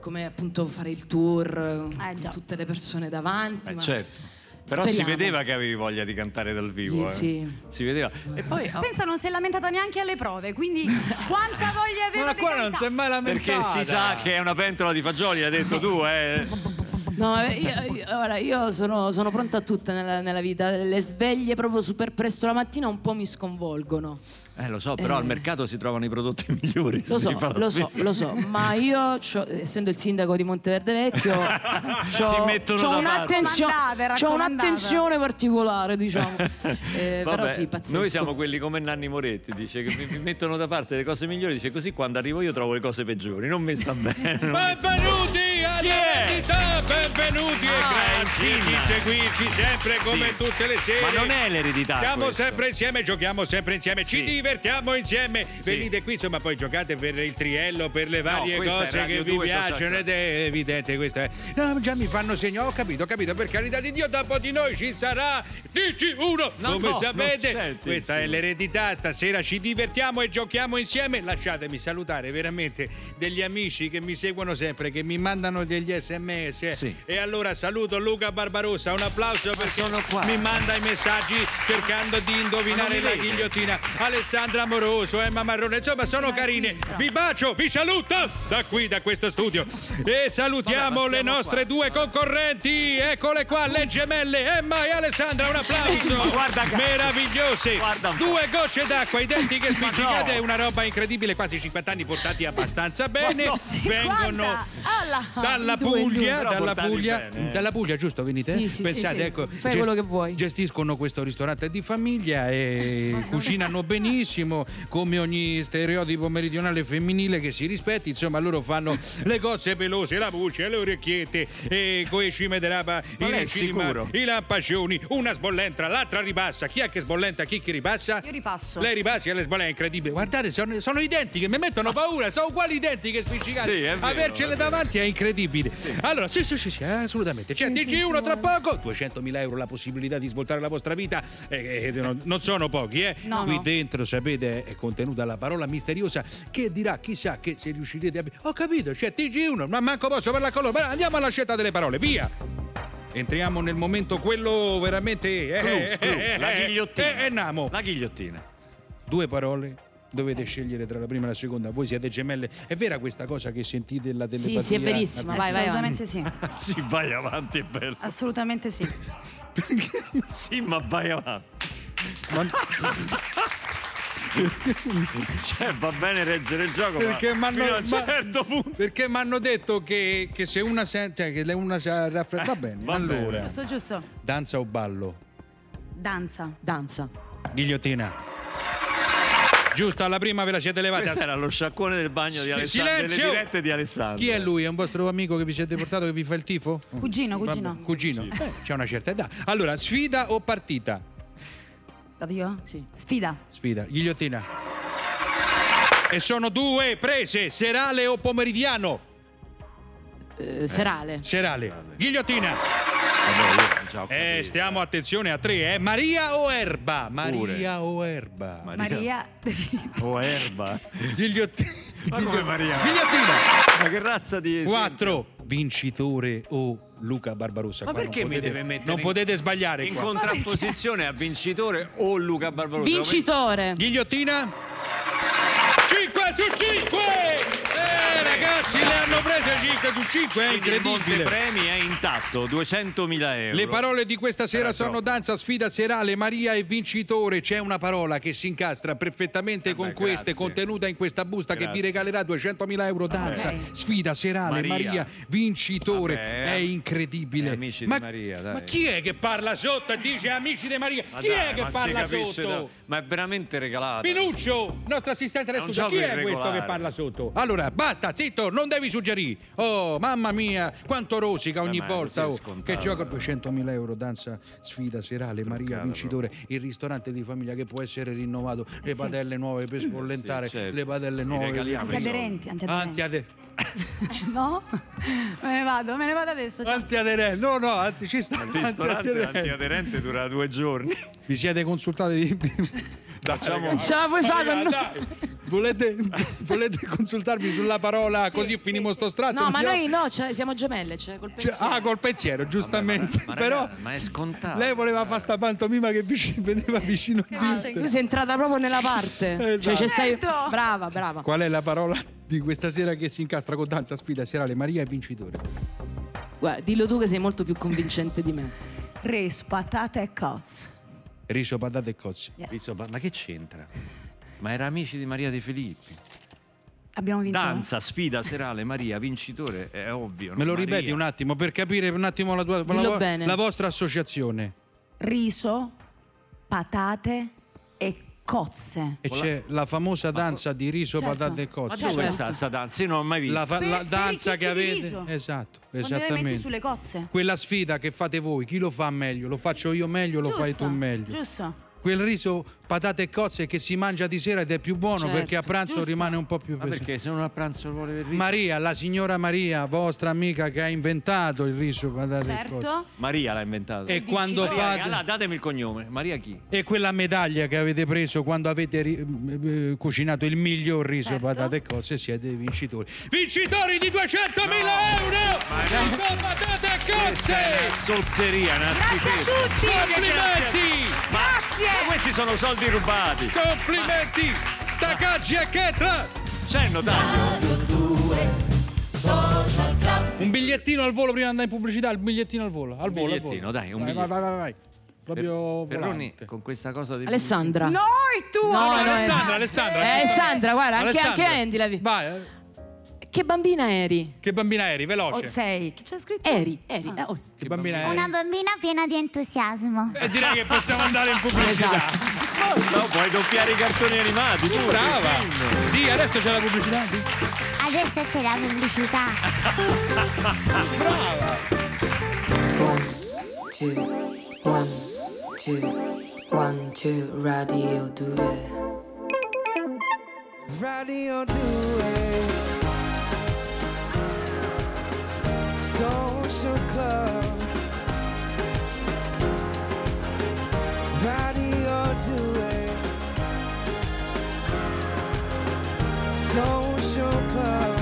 Speaker 10: come appunto fare il tour con
Speaker 11: Eh, già.
Speaker 10: tutte le persone davanti.
Speaker 1: Eh,
Speaker 10: ma-
Speaker 1: certo. Però
Speaker 10: Speriamo.
Speaker 1: si vedeva che avevi voglia di cantare dal vivo.
Speaker 10: Sì,
Speaker 1: eh.
Speaker 10: sì.
Speaker 1: Si vedeva. E poi
Speaker 9: oh.
Speaker 11: Pensa non si è lamentata neanche alle prove, quindi quanta voglia aveva
Speaker 9: Ma
Speaker 11: di
Speaker 9: qua non si è
Speaker 11: cantare.
Speaker 9: mai lamentata.
Speaker 1: perché si sa che è una pentola di fagioli, hai detto tu, eh.
Speaker 10: No, ma io, io- ora, io sono, sono pronta a tutto nella, nella vita. Le sveglie proprio super presto la mattina un po' mi sconvolgono.
Speaker 1: Eh, lo so, però
Speaker 10: Eh.
Speaker 1: al mercato si trovano i prodotti migliori.
Speaker 10: Lo
Speaker 1: se
Speaker 10: so,
Speaker 1: si fa la
Speaker 10: lo so,
Speaker 1: spesa.
Speaker 10: lo so, ma io, c'ho- essendo il sindaco di Monteverde Vecchio,
Speaker 1: Ti
Speaker 10: c'ho,
Speaker 1: mettono
Speaker 10: c'ho
Speaker 1: da parte.
Speaker 10: un'attenzio-
Speaker 11: Raccomandate,
Speaker 10: c'ho un'attenzione
Speaker 11: raccomandate.
Speaker 10: particolare, diciamo. Eh, però
Speaker 1: Vabbè,
Speaker 10: sì, pazzesco.
Speaker 1: Noi siamo quelli come Nanni Moretti, dice che mi, mi mettono da parte le cose migliori, dice così quando arrivo io trovo le cose peggiori, non mi sta bene. non mi sta-
Speaker 9: Benvenuti alla
Speaker 1: Chi è?
Speaker 9: verità, benvenuti
Speaker 1: Ah,
Speaker 9: e grazie di
Speaker 1: Anzinna.
Speaker 9: seguirci sempre come
Speaker 1: Sì.
Speaker 9: tutte le sere.
Speaker 1: Ma non è l'eredità.
Speaker 9: Siamo
Speaker 1: questo.
Speaker 9: sempre insieme, giochiamo sempre insieme,
Speaker 1: Sì.
Speaker 9: ci divertiamo insieme. Venite qui, insomma, poi giocate per il triello, per le varie
Speaker 1: questa è
Speaker 9: cose
Speaker 1: Radio
Speaker 9: che vi
Speaker 1: 2 Social
Speaker 9: piacciono
Speaker 1: Club.
Speaker 9: ed è evidente questo è. No, già mi fanno segno, ho capito, ho capito, per carità di Dio, dopo di noi ci sarà TG1.
Speaker 1: No, no,
Speaker 9: come
Speaker 1: non c'è
Speaker 9: sapete,
Speaker 1: il
Speaker 9: questa è
Speaker 1: TG1.
Speaker 9: l'eredità, stasera ci divertiamo e giochiamo insieme. Lasciatemi salutare veramente degli amici che mi seguono sempre, che mi mandano degli sms.
Speaker 1: Sì. Ah,
Speaker 9: E allora saluto Luca
Speaker 2: Luca Barbarossa. Un applauso perché
Speaker 1: sono qua.
Speaker 2: mi manda i messaggi cercando di
Speaker 1: Ma
Speaker 2: indovinare
Speaker 1: non
Speaker 2: la
Speaker 1: mi vede?
Speaker 2: ghigliottina. Alessandra Amoroso, Emma Marrone, insomma sono carine. Vi bacio, vi saluto da qui, da questo studio. E salutiamo
Speaker 1: Vabbè, ma
Speaker 2: le
Speaker 1: siamo
Speaker 2: nostre due concorrenti. Eccole qua, le gemelle Emma e Alessandra. Un applauso.
Speaker 1: Guarda caso.
Speaker 2: Meravigliose.
Speaker 1: Guarda un po'.
Speaker 2: Due gocce d'acqua, identiche
Speaker 1: Ma no.
Speaker 2: spiccicate. Una roba incredibile, quasi 50 anni portati abbastanza bene. Vengono dalla
Speaker 10: Due in due.
Speaker 2: Puglia,
Speaker 1: Però
Speaker 2: dalla
Speaker 1: portarli
Speaker 2: Puglia,
Speaker 1: bene, eh.
Speaker 2: dalla Puglia, giusto? Venite?
Speaker 10: Sì, sì,
Speaker 2: Pensate,
Speaker 10: sì, sì.
Speaker 2: ecco,
Speaker 10: Fai quello che vuoi.
Speaker 2: Gestiscono questo ristorante di famiglia e cucinano benissimo, come ogni stereotipo meridionale femminile che si rispetti. Insomma, loro fanno le cozze pelose, la voce, le orecchiette, e coi cime di rapa,
Speaker 1: Ma lei
Speaker 2: i
Speaker 1: è sicuro?
Speaker 2: cinema, i lampascioni, una sbollentra, l'altra ribassa. Chi è che sbollenta, chi che ribassa?
Speaker 11: Io ripasso.
Speaker 2: Lei ribassi e le sbolle è incredibile. Guardate, sono, sono identiche, mi mettono paura, sono uguali identiche spiccicate.
Speaker 1: Sì, è vero,
Speaker 2: Avercele
Speaker 1: è vero.
Speaker 2: davanti è incredibile. Allora, sì, sì, sì, sì, assolutamente. C'è TG1 tra poco, 200.000 euro la possibilità di svoltare la vostra vita. Eh, eh, non, non sono pochi, eh.
Speaker 11: No,
Speaker 2: Qui
Speaker 11: no.
Speaker 2: dentro, sapete, è contenuta la parola misteriosa che dirà chissà che se riuscirete a... Ho capito, c'è TG1, ma manco posso parlare con loro. Ma Andiamo alla scelta delle parole, via! Entriamo nel momento quello veramente... eh, eh,
Speaker 1: Clou, clou,
Speaker 2: eh,
Speaker 1: la
Speaker 2: eh,
Speaker 1: ghigliottina.
Speaker 2: eh, eh, namo
Speaker 1: La ghigliottina.
Speaker 2: due parole dovete scegliere tra la prima e la seconda voi siete gemelle è vera questa cosa che sentite la telepatia
Speaker 10: Sì, sì, è verissima. Vai, vai, vai.
Speaker 11: Eh, Assolutamente sì.
Speaker 1: Sì, vai avanti, è bello.
Speaker 11: Assolutamente sì.
Speaker 1: sì, ma vai avanti. cioè, va bene reggere il gioco,
Speaker 2: Perché
Speaker 1: ma
Speaker 2: m'hanno-
Speaker 1: fino a un
Speaker 2: ma-
Speaker 1: certo punto.
Speaker 2: perché mi hanno detto che, che se una sa, cioè che le- una sa raffreddare va bene
Speaker 1: Eh, va bene.
Speaker 2: allora
Speaker 11: Giusto, giusto.
Speaker 2: danza o ballo
Speaker 11: Danza.
Speaker 10: Danza.
Speaker 2: ghigliottina giusto alla prima ve la siete levata
Speaker 1: Questo era lo sciacquone del bagno di
Speaker 2: Sì,
Speaker 1: Alessandro, delle
Speaker 2: silenzio!
Speaker 1: dirette di Alessandro.
Speaker 2: chi è lui? È un vostro amico che vi siete portato che vi fa il tifo?
Speaker 11: Cugino, cugino.
Speaker 2: Vabbè, cugino. Eh, c'è una certa età. Allora, sfida o partita?
Speaker 11: Vado io?
Speaker 10: Sì.
Speaker 11: Sfida.
Speaker 2: Sfida, ghigliottina. E sono due prese, serale o pomeridiano?
Speaker 10: Eh, serale.
Speaker 2: Serale. Ghigliottina.
Speaker 1: Vabbè, io già ho
Speaker 2: Eh,
Speaker 1: capito.
Speaker 2: stiamo attenzione a tre, eh. Maria o Erba? Maria o Erba?
Speaker 11: Maria.
Speaker 1: O Oh, erba.
Speaker 2: Ghigliottina.
Speaker 1: Ma come Maria?
Speaker 2: Ghigliottina.
Speaker 1: Ma che razza di...
Speaker 2: Quattro. Vincitore o Luca Barbarossa?
Speaker 1: Ma
Speaker 2: Qua non
Speaker 1: perché mi
Speaker 2: potete-
Speaker 1: deve mettere
Speaker 2: Non
Speaker 1: in-
Speaker 2: potete sbagliare
Speaker 1: In
Speaker 2: qua.
Speaker 1: contrapposizione a vincitore o Luca Barbarossa?
Speaker 10: Vincitore.
Speaker 2: Ghigliottina. 5 su 5! Eh, ragazzi, le hanno prese 5 su 5, è
Speaker 1: Quindi il
Speaker 2: incredibile.
Speaker 1: montepremi è intatto, 200.000 euro.
Speaker 2: Le parole di questa sera
Speaker 1: Era
Speaker 2: sono
Speaker 1: troppo.
Speaker 2: danza, sfida serale, Maria e vincitore. C'è una parola che si incastra perfettamente
Speaker 1: Eh
Speaker 2: con
Speaker 1: beh,
Speaker 2: queste,
Speaker 1: grazie.
Speaker 2: contenuta in questa busta che vi
Speaker 1: Grazie.
Speaker 2: regalerà 200.000 euro. Danza,
Speaker 11: Ok.
Speaker 2: sfida serale,
Speaker 1: Maria.
Speaker 2: Maria, vincitore.
Speaker 1: Vabbè,
Speaker 2: è
Speaker 1: eh,
Speaker 2: incredibile.
Speaker 1: eh, amici di
Speaker 2: ma,
Speaker 1: Maria, dai.
Speaker 2: ma chi è che parla sotto e dice amici di Maria?
Speaker 1: Ma
Speaker 2: chi
Speaker 1: dai,
Speaker 2: è che
Speaker 1: ma si
Speaker 2: parla
Speaker 1: capisce
Speaker 2: sotto?
Speaker 1: da- Ma è veramente regalato.
Speaker 2: Minuccio, nostro assistente
Speaker 1: È
Speaker 2: del
Speaker 1: un
Speaker 2: studio,
Speaker 1: gioco
Speaker 2: chi è
Speaker 1: irregolare.
Speaker 2: questo che parla sotto? Allora, basta, zitto, non devi suggerire. Oh, mamma mia, quanto rosica ogni
Speaker 1: Eh, ma è
Speaker 2: volta.
Speaker 1: così
Speaker 2: oh, che
Speaker 1: scontato,
Speaker 2: gioco
Speaker 1: però.
Speaker 2: 200.000 euro, danza, sfida serale, Maria,
Speaker 1: Truccata
Speaker 2: vincitore, il ristorante di famiglia che può essere rinnovato, le
Speaker 10: Eh
Speaker 11: sì.
Speaker 2: padelle nuove per spollentare,
Speaker 1: Eh certo.
Speaker 2: le padelle
Speaker 1: Li
Speaker 2: nuove.
Speaker 1: regaliamo i soldi.
Speaker 11: Antiaderenti, antiaderenti.
Speaker 2: Antiade-
Speaker 11: No? Me ne vado, me ne vado adesso. ciao.
Speaker 2: antiaderenti, no, no, anti- ci sta.
Speaker 1: Il ristorante
Speaker 2: antiaderenti.
Speaker 1: antiaderente dura due giorni.
Speaker 2: Vi siete consultati di...
Speaker 1: Facciamo
Speaker 10: Non ce la puoi fare con
Speaker 1: Ah,
Speaker 2: Maria,
Speaker 10: noi.
Speaker 2: dai, Volete, volete consultarmi sulla parola così finimo sto strazio?
Speaker 10: No, ma
Speaker 2: Andiamo-
Speaker 10: noi no, cioè, siamo gemelle, cioè, col
Speaker 2: Cioè,
Speaker 10: pensiero.
Speaker 2: ah, col pensiero, giustamente.
Speaker 1: Ma,
Speaker 2: Però
Speaker 1: raga, ma è scontato.
Speaker 2: lei voleva fare sta pantomima che vic- veniva vicino a
Speaker 11: Ah,
Speaker 2: te.
Speaker 10: Tu sei entrata proprio nella parte. Cioè, ci stai...
Speaker 11: Certo.
Speaker 10: Brava, brava.
Speaker 2: Qual è la parola di questa sera che si incastra con danza, sfida serale? Maria è vincitore.
Speaker 10: Guarda, dillo tu che sei molto più convincente di me.
Speaker 11: Res, patata e cozze.
Speaker 2: Riso, patate e cozze.
Speaker 11: Yes.
Speaker 1: Rizzo, ma ma che c'entra? Ma era amici di Maria De Filippi.
Speaker 11: Abbiamo vinto.
Speaker 1: Danza, sfida serale, Maria, vincitore, è ovvio.
Speaker 2: Me lo ripeti un attimo per capire un attimo la, tua, la,
Speaker 10: Dillo
Speaker 2: vo-
Speaker 10: bene.
Speaker 2: la vostra associazione.
Speaker 11: Riso, patate e cozze.
Speaker 2: E c'è la famosa danza di riso,
Speaker 11: Certo.
Speaker 2: patate e
Speaker 1: Ma
Speaker 2: cozze.
Speaker 10: Certo.
Speaker 1: dove sta sta danza? Io non l'ho mai vista.
Speaker 2: La, fa-
Speaker 11: Per-
Speaker 2: la
Speaker 11: per i
Speaker 2: danza che
Speaker 11: chicchi di
Speaker 2: avete.
Speaker 11: riso.
Speaker 2: Esatto,
Speaker 11: Quando le metti
Speaker 2: esattamente.
Speaker 11: sulle cozze.
Speaker 2: Quella sfida che fate voi, chi lo fa meglio? Lo faccio io meglio, lo fai tu
Speaker 11: Giusto,
Speaker 2: meglio.
Speaker 11: Giusto.
Speaker 2: quel riso patate e cozze che si mangia di sera ed è più buono
Speaker 10: Certo,
Speaker 2: perché a pranzo
Speaker 10: giusto.
Speaker 2: rimane un po' più
Speaker 1: Ma
Speaker 2: pesante.
Speaker 1: perché se uno a pranzo vuole il riso?
Speaker 2: Maria, la signora Maria, vostra amica che ha inventato il riso patate e cozze.
Speaker 11: Certo.
Speaker 1: Maria l'ha inventato.
Speaker 11: Eh,
Speaker 2: E Eh, quando
Speaker 1: Maria,
Speaker 2: fate
Speaker 1: allora datemi il cognome. Maria chi?
Speaker 2: e quella medaglia che avete preso quando avete ri- m- eh, cucinato il miglior riso
Speaker 11: Certo.
Speaker 2: patate e cozze siete i vincitori. Vincitori di 200.000 euro! Riso, patate e
Speaker 1: Una
Speaker 2: cozze!
Speaker 1: Solzeria, una
Speaker 11: Grazie a
Speaker 1: schifezza.
Speaker 11: tutti.
Speaker 2: Complimenti!
Speaker 1: Ma
Speaker 11: Grazie.
Speaker 1: questi sono soldi rubati.
Speaker 2: Complimenti! Takagi e Ketra!
Speaker 1: C'è il notaio.
Speaker 2: Un bigliettino al volo prima di andare in pubblicità, il bigliettino al volo, al volo, al volo.
Speaker 1: bigliettino, dai, un
Speaker 2: vai,
Speaker 1: bigliettino.
Speaker 2: Vai, vai, vai, vai.
Speaker 14: Proprio
Speaker 1: Perroni
Speaker 14: volante.
Speaker 1: con questa cosa del
Speaker 10: Alessandra.
Speaker 11: Noi tu.
Speaker 10: No, no,
Speaker 2: Alessandra,
Speaker 10: eh.
Speaker 2: Alessandra.
Speaker 10: Eh, Alessandra, guarda, anche,
Speaker 2: Alessandra.
Speaker 10: anche Andy la vi-
Speaker 2: Vai, eh.
Speaker 10: Che bambina eri?
Speaker 2: che bambina eri, veloce.
Speaker 11: sei. Che c'è scritto?
Speaker 10: Eri, eri.
Speaker 11: Ah.
Speaker 10: eh, oh.
Speaker 2: Che bambina eri?
Speaker 15: Una bambina piena di entusiasmo.
Speaker 2: E direi che possiamo andare in pubblicità.
Speaker 10: Esatto.
Speaker 1: No, puoi doppiare i cartoni animati.
Speaker 2: Tu
Speaker 1: pure.
Speaker 2: brava. Sì, adesso c'è la pubblicità.
Speaker 15: Adesso c'è la pubblicità.
Speaker 8: One, two, one, two, one, two, radio 2.
Speaker 3: Radio 2 Social Club Radio 2 Social Club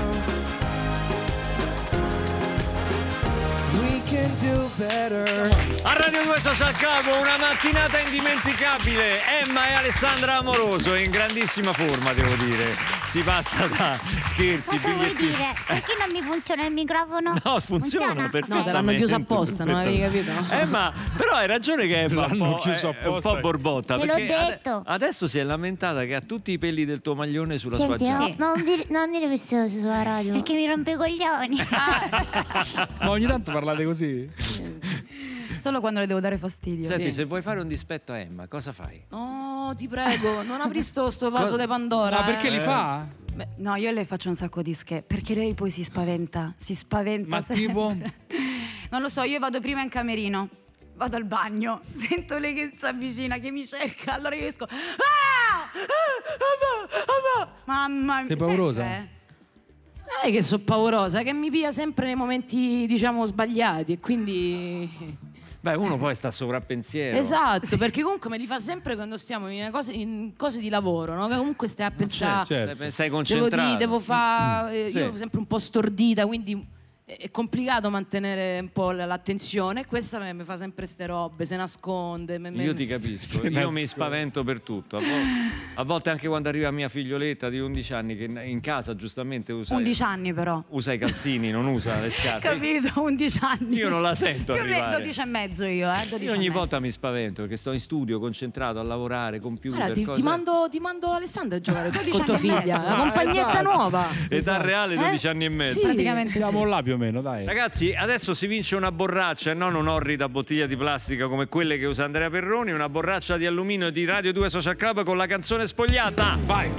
Speaker 3: We can do better
Speaker 13: A Radio 2 Social Club una mattinata indimenticabile. Emma e Alessandra Amoroso in grandissima forma, devo dire. Si passa da scherzi,
Speaker 15: Cosa vuoi
Speaker 13: bigliettini.
Speaker 15: dire? Perché non mi funziona il microfono?
Speaker 13: No, funziona,
Speaker 10: No, te
Speaker 13: perfettamente.
Speaker 10: l'hanno chiuso apposta, non avevi capito?
Speaker 13: Eh, ma però hai ragione che Emma è un
Speaker 9: L'hanno
Speaker 13: po', eh,
Speaker 9: chiuso
Speaker 13: è- è un
Speaker 9: apposta.
Speaker 13: po' borbotta.
Speaker 15: Te l'ho
Speaker 13: perché ade-
Speaker 15: detto.
Speaker 13: adesso si è lamentata che ha tutti i peli del tuo maglione sulla
Speaker 15: Senti,
Speaker 13: sua
Speaker 15: no,
Speaker 13: giacca.
Speaker 15: non, dire, non dire queste cose sulla radio. Ah, Perché mi rompe i coglioni.
Speaker 14: Ma ogni tanto parlate così?
Speaker 11: Solo quando le devo dare fastidio.
Speaker 1: Senti,
Speaker 10: Sì.
Speaker 1: se vuoi fare un dispetto a Emma, cosa fai?
Speaker 10: No, Oh, ti prego, non apri sto, sto vaso di Pandora.
Speaker 2: Ma perché
Speaker 10: eh.
Speaker 2: li fa?
Speaker 11: No, io le faccio un sacco di scherzi. Perché lei poi si spaventa. Si spaventa.
Speaker 2: Ma
Speaker 11: sempre.
Speaker 2: tipo?
Speaker 11: Non lo so, io vado prima in camerino. Vado al bagno, sento lei che si avvicina, che mi cerca, allora io esco. Ah! Ah! Ah! Ah! Ah! Mamma mia.
Speaker 2: Sei paurosa?
Speaker 11: sempre, eh.
Speaker 10: Non è che sono paurosa, che mi pia sempre nei momenti, diciamo, sbagliati. E quindi.
Speaker 1: Beh, uno poi sta sovrappensiero.
Speaker 10: Esatto, perché comunque me li fa sempre quando stiamo in cose, in cose di lavoro, no? Che comunque stai a pensare. "Ah,
Speaker 9: Certo.
Speaker 1: Stai- Sei
Speaker 10: Devo
Speaker 1: concentrato.
Speaker 10: dire, devo fare. eh,
Speaker 1: Sì.
Speaker 10: Io sono sempre un po' stordita, quindi è è complicato mantenere un po' l- l'attenzione. Questa me- mi fa sempre ste robe, se nasconde. me- me-
Speaker 1: Io ti capisco,
Speaker 2: Se
Speaker 1: io
Speaker 2: nasconde.
Speaker 1: mi spavento per tutto. A vo- a volte, anche quando arriva mia figlioletta di 11 anni che in casa giustamente usa,
Speaker 11: 11 anni però.
Speaker 1: usa i calzini, non usa le scarpe.
Speaker 11: Capito? 11 anni.
Speaker 1: Io non la sento
Speaker 11: Più o meno
Speaker 1: arrivare.
Speaker 11: 12 e mezzo io, eh. 12
Speaker 1: Io
Speaker 11: e
Speaker 1: ogni
Speaker 11: mezzo.
Speaker 1: volta mi spavento perché sto in studio concentrato a lavorare, computer,
Speaker 10: Guarda, ti, ti
Speaker 1: cose-
Speaker 10: mando, ti mando Alessandra a giocare
Speaker 11: Dodici
Speaker 10: con tua
Speaker 11: anni e
Speaker 10: figlia,
Speaker 11: mezzo. Ah,
Speaker 10: la compagnetta
Speaker 14: esatto.
Speaker 10: nuova.
Speaker 1: Età
Speaker 10: Eh?
Speaker 1: reale 12 anni e mezzo.
Speaker 10: Sì.
Speaker 11: Praticamente sì.
Speaker 14: Siamo là più o meno, dai.
Speaker 1: Ragazzi, adesso si vince una borraccia e non un'orrida bottiglia di plastica come quelle che usa Andrea Perroni, una borraccia di alluminio di Radio 2 Social Club con la canzone spogliata.
Speaker 2: Vai.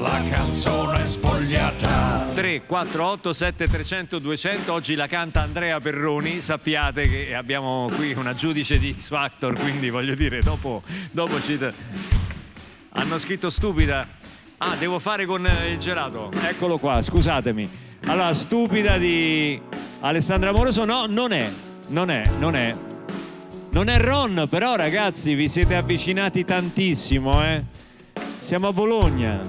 Speaker 3: La canzone spogliata
Speaker 1: 3, 4, 8, 7, 300, 200. Oggi la canta Andrea Perroni. Sappiate che abbiamo qui una giudice di X Factor, quindi voglio dire, dopo, dopo ci. Hanno scritto stupida. Ah, devo fare con eh, il gelato. Eccolo qua, scusatemi. Allora, stupida di Alessandra Moroso. No, non è. Non è, non è. Non è Ron, però ragazzi, vi siete avvicinati tantissimo, eh. Siamo a Bologna.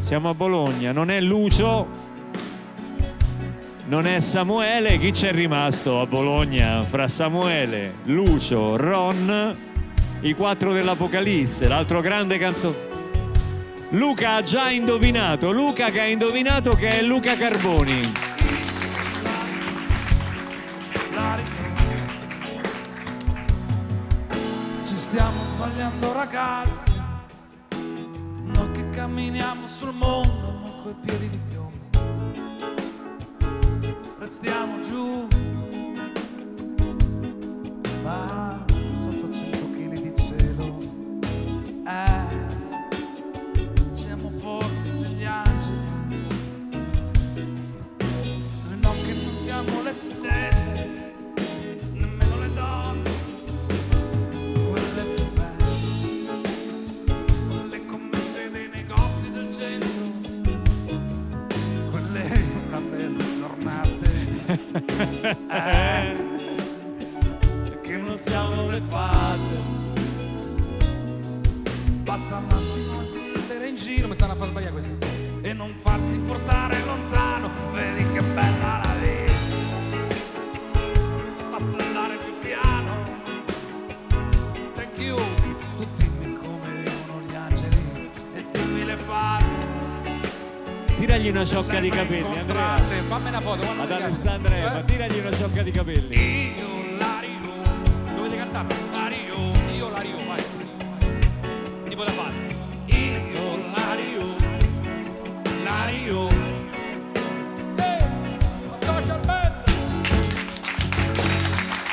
Speaker 1: Siamo a Bologna, non è Lucio, non è Samuele, chi c'è rimasto a Bologna fra Samuele, Lucio, Ron, i quattro dell'Apocalisse, l'altro grande canto... Luca ha già indovinato, Luca che ha indovinato che è Luca Carboni.
Speaker 14: Ci stiamo sbagliando ragazzi Noi che camminiamo sul mondo Ma coi piedi di piombo Restiamo giù Ma sotto 100 kg di cielo Eh Siamo forse degli angeli No che non siamo le stelle Nemmeno le donne
Speaker 16: Eh, che non siamo le fate. Basta andarsi non in giro, mi stanno a far sbagliare questo. E non farsi portare lontano, vedi che bella la vita. Basta andare più piano. Thank you. Tu dimmi come vivono gli angeli e dimmi le fate.
Speaker 13: Tiragli una ciocca di capelli, Andrea.
Speaker 16: Fammi una foto, quando
Speaker 13: Ad
Speaker 16: mi
Speaker 13: Alessandra
Speaker 16: chiami.
Speaker 13: Eva, tiragli una ciocca di capelli.
Speaker 16: Io Lario, dovete cantarlo, Lario, io Lario, vai. Tipo da fare. Io Lario, Lario. Eh, la social band.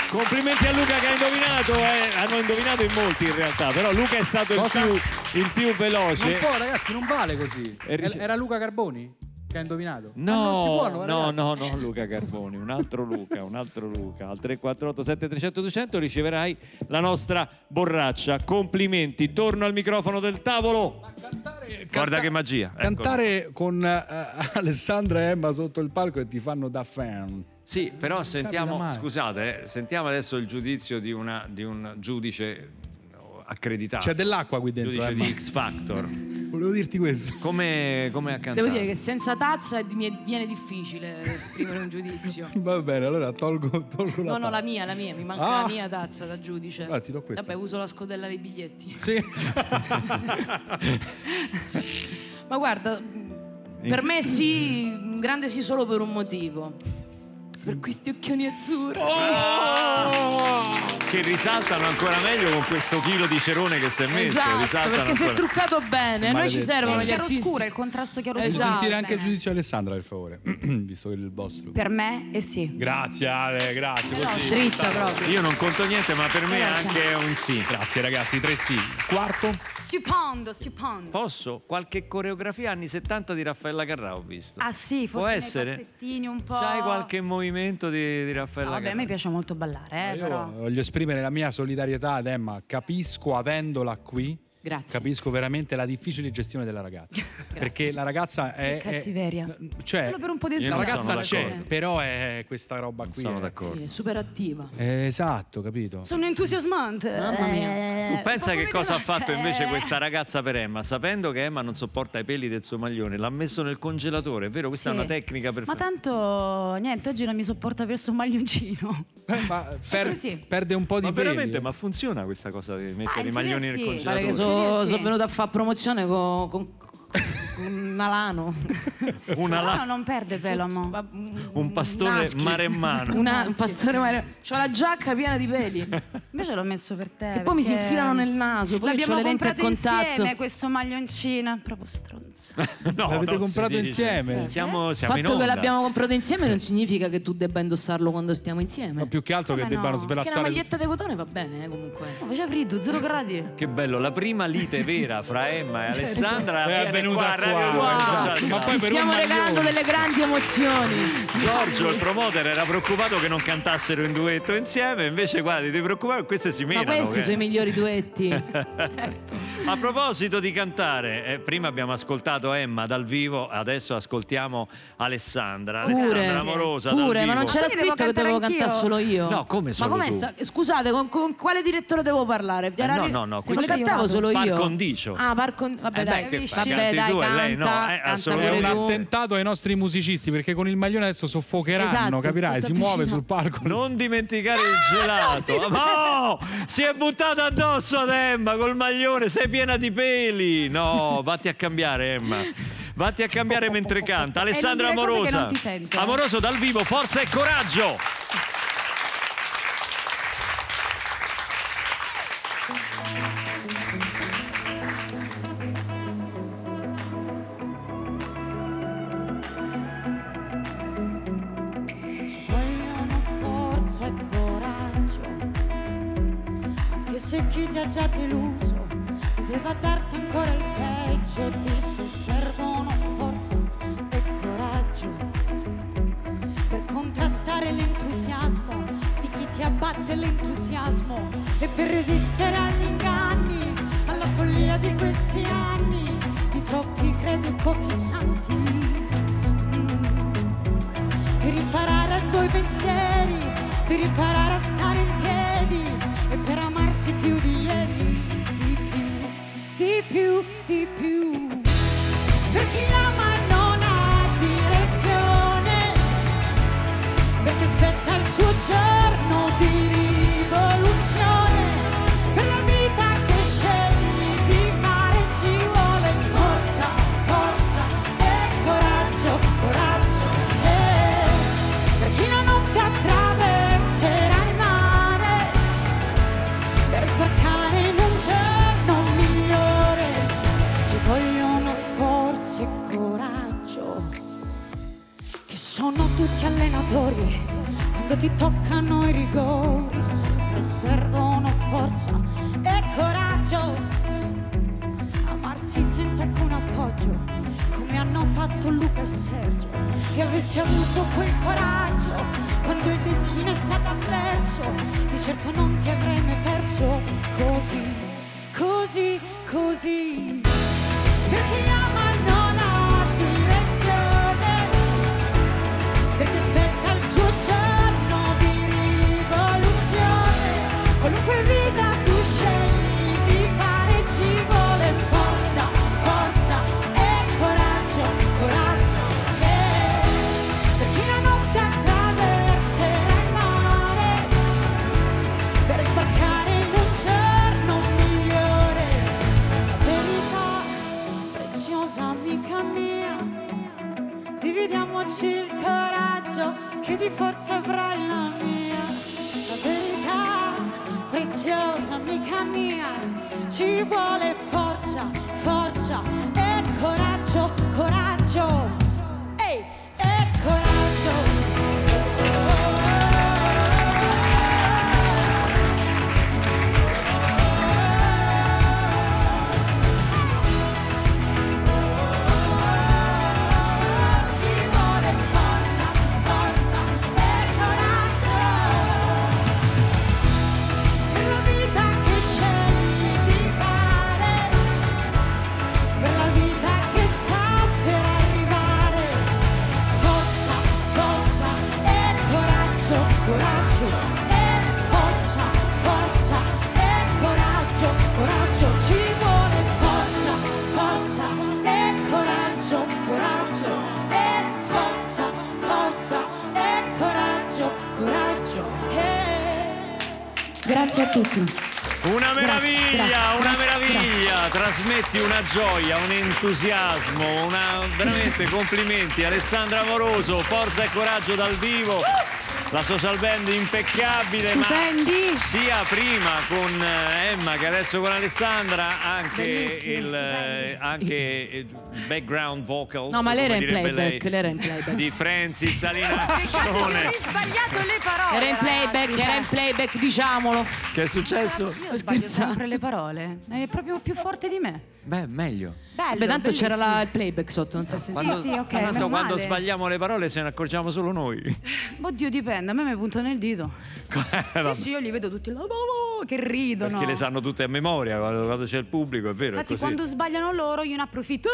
Speaker 13: Complimenti a Luca che ha indovinato, eh. hanno indovinato in molti in realtà, però Luca è stato il più, il più
Speaker 17: Non
Speaker 13: veloce.
Speaker 17: può, ragazzi, non vale così.
Speaker 13: E rice-
Speaker 17: Era Luca Carboni che ha indovinato. Ah, non si
Speaker 13: No,
Speaker 17: può, allora,
Speaker 13: no,
Speaker 17: ragazzi.
Speaker 13: no, no, Luca Carboni, un altro Luca, un altro Luca. Al 348 7300 200 riceverai la nostra borraccia. Complimenti, torno al microfono del tavolo.
Speaker 1: Guarda che magia. ecco.
Speaker 14: Cantare con eh, Alessandra e Emma sotto il palco e ti fanno da fan.
Speaker 1: Sì, però sentiamo,
Speaker 14: mai.
Speaker 1: scusate, eh, sentiamo adesso il giudizio di, una- di un giudice accreditato.
Speaker 14: C'è dell'acqua qui dentro,
Speaker 2: eh,
Speaker 1: Giudice
Speaker 14: Emma.
Speaker 1: Ah. di X Factor.
Speaker 14: Volevo dirti questo.
Speaker 1: Come, come ha cantato?
Speaker 10: Devo dire che senza tazza mi è- viene difficile esprimere un giudizio.
Speaker 14: Va bene, allora tolgo, tolgo la
Speaker 10: No,
Speaker 14: parte.
Speaker 10: no, la mia, la mia, mi manca
Speaker 14: Ah.
Speaker 10: la mia tazza da giudice.
Speaker 14: Guarda, ti do questa.
Speaker 10: Vabbè, uso la scodella dei biglietti.
Speaker 14: Sì.
Speaker 10: Ma guarda, per me sì, un grande sì solo per un motivo. Per questi occhioni azzurri.
Speaker 14: Oh,
Speaker 1: Ah! Che risaltano ancora meglio con questo chilo di cerone che si è messo.
Speaker 10: Esatto,
Speaker 1: risaltano
Speaker 10: perché se è
Speaker 1: ancora-
Speaker 10: truccato bene, a noi ci
Speaker 2: Maledetto.
Speaker 10: servono
Speaker 11: il
Speaker 10: gli artisti.
Speaker 11: chiaroscuro, il contrasto chiaroscuro.
Speaker 2: Voglio Eh, sentire anche il giudizio di Alessandra, per favore, visto che il vostro.
Speaker 11: Per me, eh sì.
Speaker 2: Grazie Ale, grazie.
Speaker 11: No,
Speaker 2: così.
Speaker 11: dritta proprio.
Speaker 1: Io non conto niente, ma per me
Speaker 11: Grazie.
Speaker 1: anche è un sì.
Speaker 2: Grazie ragazzi, tre sì. Quarto.
Speaker 11: Stupendo, stupendo.
Speaker 1: Posso? Qualche coreografia anni 70 di Raffaella Carrà ho visto.
Speaker 11: Ah sì,
Speaker 1: Può
Speaker 11: forse nei
Speaker 1: essere?
Speaker 11: passettini un po'.
Speaker 1: C'hai qualche movimento di, di Raffaella
Speaker 11: Vabbè, a
Speaker 1: Carrà?
Speaker 11: me piace molto
Speaker 2: Ah,
Speaker 11: ballare, eh, però.
Speaker 2: Voglio esprimere la mia solidarietà ad Emma. Capisco avendola qui.
Speaker 11: Grazie.
Speaker 2: Capisco veramente la difficile gestione della ragazza. perché la ragazza è.
Speaker 11: Che
Speaker 2: è-
Speaker 11: cattiveria.
Speaker 2: cioè,
Speaker 11: Solo per un po' di
Speaker 2: la
Speaker 11: entusiasmo.
Speaker 2: ragazza
Speaker 1: sono
Speaker 2: c'è,
Speaker 1: d'accordo.
Speaker 2: però è questa roba qui.
Speaker 1: sono
Speaker 2: eh.
Speaker 1: d'accordo.
Speaker 10: Sì, è super attiva.
Speaker 2: Eh, esatto, capito?
Speaker 11: Sono entusiasmante. Eh,
Speaker 10: Mamma mia.
Speaker 1: Tu pensa che cosa ha fatto invece questa ragazza per Emma, sapendo che Emma non sopporta i peli del suo maglione, l'ha messo nel congelatore, è vero? Questa è
Speaker 11: Sì.
Speaker 1: una tecnica
Speaker 11: Ma
Speaker 1: perfetta.
Speaker 11: tanto, niente, oggi non mi sopporta perso un maglioncino.
Speaker 2: Eh, ma
Speaker 11: per- Così.
Speaker 2: perde un po'
Speaker 1: di ma veramente, ma funziona questa cosa di mettere i
Speaker 11: in
Speaker 1: maglioni
Speaker 11: teoria
Speaker 1: nel
Speaker 11: sì.
Speaker 10: Pare
Speaker 1: congelatore?
Speaker 10: che sono
Speaker 11: Sì.
Speaker 10: venuta a fare promozione con, con, con Alano.
Speaker 1: Una la-
Speaker 11: No, non perde pelo, amo.
Speaker 1: un pastore
Speaker 10: mm, Naschi.
Speaker 1: maremmano.
Speaker 10: Una- un pastore mare. C'ho la giacca piena di peli.
Speaker 11: Invece l'ho messo per te.
Speaker 10: Che poi mi si infilano nel naso, poi
Speaker 11: L'abbiamo
Speaker 10: c'ho le lenti a
Speaker 11: comprato
Speaker 10: contatto.
Speaker 11: insieme questo maglioncino. Proprio stronzo.
Speaker 1: Eh. No,
Speaker 2: L'avete
Speaker 1: non
Speaker 2: comprato
Speaker 1: si dice.
Speaker 2: insieme?
Speaker 1: Siamo,
Speaker 10: Il
Speaker 1: siamo in
Speaker 10: fatto
Speaker 1: onda.
Speaker 10: che l'abbiamo comprato insieme non significa che tu debba indossarlo quando stiamo insieme.
Speaker 2: Più che altro che
Speaker 10: Come
Speaker 2: debbano
Speaker 10: no? Perché una
Speaker 2: svelazzare.
Speaker 10: maglietta di cotone va bene, eh, comunque.
Speaker 11: No, Oh, faceva freddo, zero gradi.
Speaker 1: Che bello, la prima lite vera fra Emma e
Speaker 10: Cioè,
Speaker 1: Alessandra
Speaker 2: sì. È
Speaker 1: viene
Speaker 2: avvenuta
Speaker 1: qua, a Radio
Speaker 2: qua. esatto.
Speaker 1: Due, esatto.
Speaker 2: Wow.
Speaker 1: Social
Speaker 2: Ma
Speaker 1: Club.
Speaker 2: poi
Speaker 10: Ti stiamo regalando delle grandi emozioni.
Speaker 1: Giorgio, il promoter, era preoccupato che non cantassero in duetto insieme, invece guarda, ti devi preoccupare, queste si
Speaker 10: Ma
Speaker 1: menano.
Speaker 10: questi Certo.
Speaker 1: che-
Speaker 10: sono i migliori duetti.
Speaker 1: A proposito di cantare, eh, prima abbiamo ascoltato Emma dal vivo, adesso ascoltiamo Alessandra, Alessandra Amorosa dal
Speaker 10: pure, ma
Speaker 1: vivo.
Speaker 10: non c'era
Speaker 11: Quindi devo
Speaker 10: scritto che devo
Speaker 11: cantare
Speaker 10: cantare
Speaker 11: anch'io?
Speaker 10: solo io.
Speaker 1: No, come solo
Speaker 10: ma com'è
Speaker 1: tu?
Speaker 10: sta- Scusate, con, con quale direttore devo parlare?
Speaker 1: Eh, no, no, no,
Speaker 10: Ma
Speaker 1: qui c'è-
Speaker 10: cantavo solo
Speaker 1: Par
Speaker 10: io.
Speaker 1: condicio.
Speaker 10: Ah, par con- Vabbè,
Speaker 1: Eh,
Speaker 10: dai,
Speaker 1: beh, che fa?
Speaker 10: vabbè,
Speaker 1: Canti
Speaker 10: dai,
Speaker 1: tu e
Speaker 10: canta,
Speaker 1: lei no, eh,
Speaker 10: canta
Speaker 1: assolutamente.
Speaker 2: È
Speaker 10: pure
Speaker 2: un
Speaker 10: tu.
Speaker 2: attentato ai nostri musicisti perché con il maglione adesso soffocheranno,
Speaker 10: Esatto,
Speaker 2: capirai? Si
Speaker 10: tutto
Speaker 2: muove
Speaker 10: avvicinato.
Speaker 2: sul palco.
Speaker 1: Non dimenticare il
Speaker 18: Ah,
Speaker 1: gelato. No! Si è buttato addosso ad Emma col maglione, sei piena di peli. No, vatti a cambiare, Emma. Vatti a cambiare mentre canta.
Speaker 18: non
Speaker 1: Alessandra
Speaker 18: dire cose che
Speaker 1: Amorosa.
Speaker 18: non ti sentono.
Speaker 1: Amoroso dal vivo, forza e coraggio.
Speaker 4: vogliono forza e coraggio che se chi ti ha già deluso doveva darti ancora il peggio di se servono forza e coraggio per contrastare l'entusiasmo di chi ti abbatte l'entusiasmo e per resistere agli inganni alla follia di questi anni di troppi credi e pochi santi per imparare a cogliere coi pensieri per imparare a stare in piedi e per amarsi più di ieri, di più, di più, di più. Per chi ama e non ha direzione, perché aspetta il suo giorno di rivoluzione. Per la vita che scegli di fare ci vuole forza, forza e coraggio, coraggio. Eh, per chi la notte attraverserà il mare, per sbarcare in un giorno migliore, ci vogliono forza e coraggio. Che sono tutti allenatori, quando ti toccano i rigori, sempre servono forza e coraggio. Amarsi senza alcun appoggio, come hanno fatto Luca e Sergio. E avessi avuto quel coraggio, quando il destino è stato avverso, di certo non ti avrei mai perso così, così, così. Perché ama non ha direzione, perché aspetta il suo giorno di rivoluzione. Qualunque vita tu scegli di fare ci vuole forza, forza e coraggio, coraggio. eh. Per chi la notte attraverserà il mare, per sbarcare in un giorno migliore. La verità, preziosa amica mia, dividiamoci il coraggio che di forza avrai la mia. La verità, preziosa amica mia, ci vuole forza, forza e coraggio, coraggio. Ehi, e coraggio. Ci vuole forza, forza e coraggio Per la vita che scegli di fare Per la vita che sta per arrivare Forza, forza e coraggio, coraggio E forza, forza e coraggio, coraggio Ci vuole forza, forza e coraggio, coraggio E forza, forza e coraggio, coraggio eh.
Speaker 19: Grazie a tutti.
Speaker 20: Una meraviglia,
Speaker 4: grazie,
Speaker 20: una
Speaker 4: grazie,
Speaker 20: meraviglia, trasmetti una gioia, un entusiasmo, una- veramente complimenti Alessandra Amoroso, forza e coraggio dal vivo. La social band impeccabile, ma sia prima con eh, Emma che adesso con Alessandra, anche
Speaker 10: Bellissimi,
Speaker 20: il eh, anche il background vocal
Speaker 10: No, ma lei era
Speaker 20: come
Speaker 10: in
Speaker 20: direbbe
Speaker 10: playback, lei era in playback.
Speaker 20: di Francis
Speaker 11: Peccato che ho
Speaker 20: Salinaccione.
Speaker 11: risbagliato le parole.
Speaker 10: Era in playback,
Speaker 11: ragazzi.
Speaker 10: era in playback, diciamolo.
Speaker 1: Che è successo?
Speaker 11: Io sbaglio sempre le parole. È proprio più forte di me.
Speaker 1: Beh, meglio.
Speaker 11: Bello,
Speaker 10: Beh, tanto c'era
Speaker 11: bellissimo.
Speaker 10: la- il playback sotto, non so se
Speaker 11: Quando- sì, ok,
Speaker 1: Tanto
Speaker 11: normale.
Speaker 1: quando sbagliamo le parole se ne accorgiamo solo noi.
Speaker 11: Oddio, dipende, a me mi puntano il dito.
Speaker 1: Eh, Vabbè,
Speaker 11: Sì, sì, io li vedo tutti là, oh, oh, che ridono.
Speaker 1: Perché le sanno tutte a memoria, quando, quando c'è il pubblico, è vero,
Speaker 11: Infatti,
Speaker 1: è così.
Speaker 11: quando sbagliano loro, io ne approfitto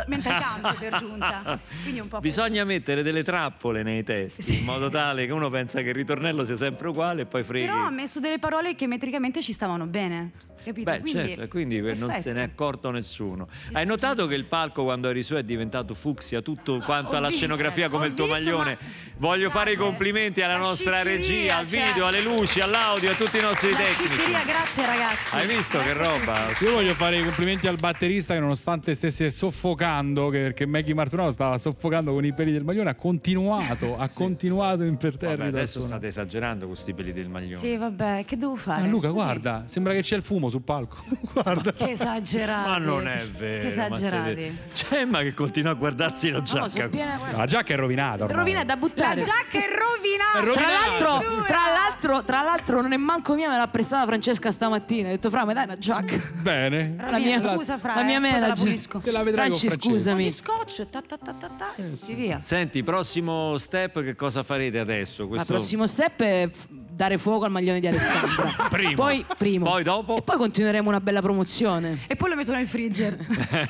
Speaker 11: ah, mentre canto per giunta. Quindi è un po'
Speaker 1: Bisogna mettere delle trappole nei testi in modo tale che uno pensa che il ritornello sia sempre uguale e poi freghi.
Speaker 11: Però ha messo delle parole che metricamente ci stavano bene, capito?
Speaker 1: Beh,
Speaker 11: Quindi
Speaker 1: certo, quindi non
Speaker 11: perfetto.
Speaker 1: se n'è accorto nessuno. Hai notato che il palco quando eri su è diventato fucsia tutto quanto
Speaker 20: Ho
Speaker 1: alla
Speaker 20: visto,
Speaker 1: scenografia come
Speaker 20: ho
Speaker 1: il tuo
Speaker 20: visto,
Speaker 1: maglione? Voglio fare i complimenti alla nostra regia, al
Speaker 11: cioè.
Speaker 1: video, alle luci, all'audio, a tutti i nostri
Speaker 11: La
Speaker 1: tecnici.
Speaker 11: sciccheria, grazie ragazzi.
Speaker 1: Hai visto che roba?
Speaker 2: Io voglio fare i complimenti al batterista che nonostante stesse soffocando, che- perché Maggie Marturano stava soffocando con i peli del maglione, ha continuato, ha continuato imperterrito.
Speaker 1: Vabbè,
Speaker 2: a
Speaker 1: adesso
Speaker 2: suonare.
Speaker 1: state esagerando con sti peli del maglione.
Speaker 11: Sì, vabbè, che devo fare?
Speaker 2: Ah, Luca,
Speaker 11: Così.
Speaker 2: guarda, sembra che c'è il fumo sul palco. guarda.
Speaker 11: Che esagerati.
Speaker 1: Ma non è
Speaker 11: Che
Speaker 1: vero. ma
Speaker 11: esagerati.
Speaker 10: Cioè,
Speaker 1: siete- C'è Emma che continua a guardarsi la giacca.
Speaker 10: sono piena- guarda.
Speaker 2: La giacca è rovinata. ormai.
Speaker 10: Rovina da buttare.
Speaker 11: La giacca è rovinata.
Speaker 10: Tra
Speaker 2: rovinata.
Speaker 10: l'altro, tra l'altro, tra l'altro non è manco mia, me l'ha prestata Francesca stamattina. Ho detto, Fra, mi dai una giacca?
Speaker 2: Bene.
Speaker 10: La mia,
Speaker 11: scusa, Fra,
Speaker 10: la
Speaker 11: eh,
Speaker 10: mia
Speaker 11: poi te la
Speaker 10: manager.
Speaker 11: pulisco. Te la
Speaker 1: vedrai con
Speaker 10: Franci,
Speaker 1: Francesca.
Speaker 10: scusami.
Speaker 11: Di scotch, ta ta ta ta ta, e via.
Speaker 1: Senti, prossimo step che cosa farete adesso?
Speaker 10: Il
Speaker 1: Questo
Speaker 10: prossimo step è f- dare fuoco al maglione di Alessandra.
Speaker 1: Primo.
Speaker 10: Poi primo.
Speaker 1: Poi dopo?
Speaker 10: E poi continueremo una bella promozione.
Speaker 11: E poi lo metto nel freezer.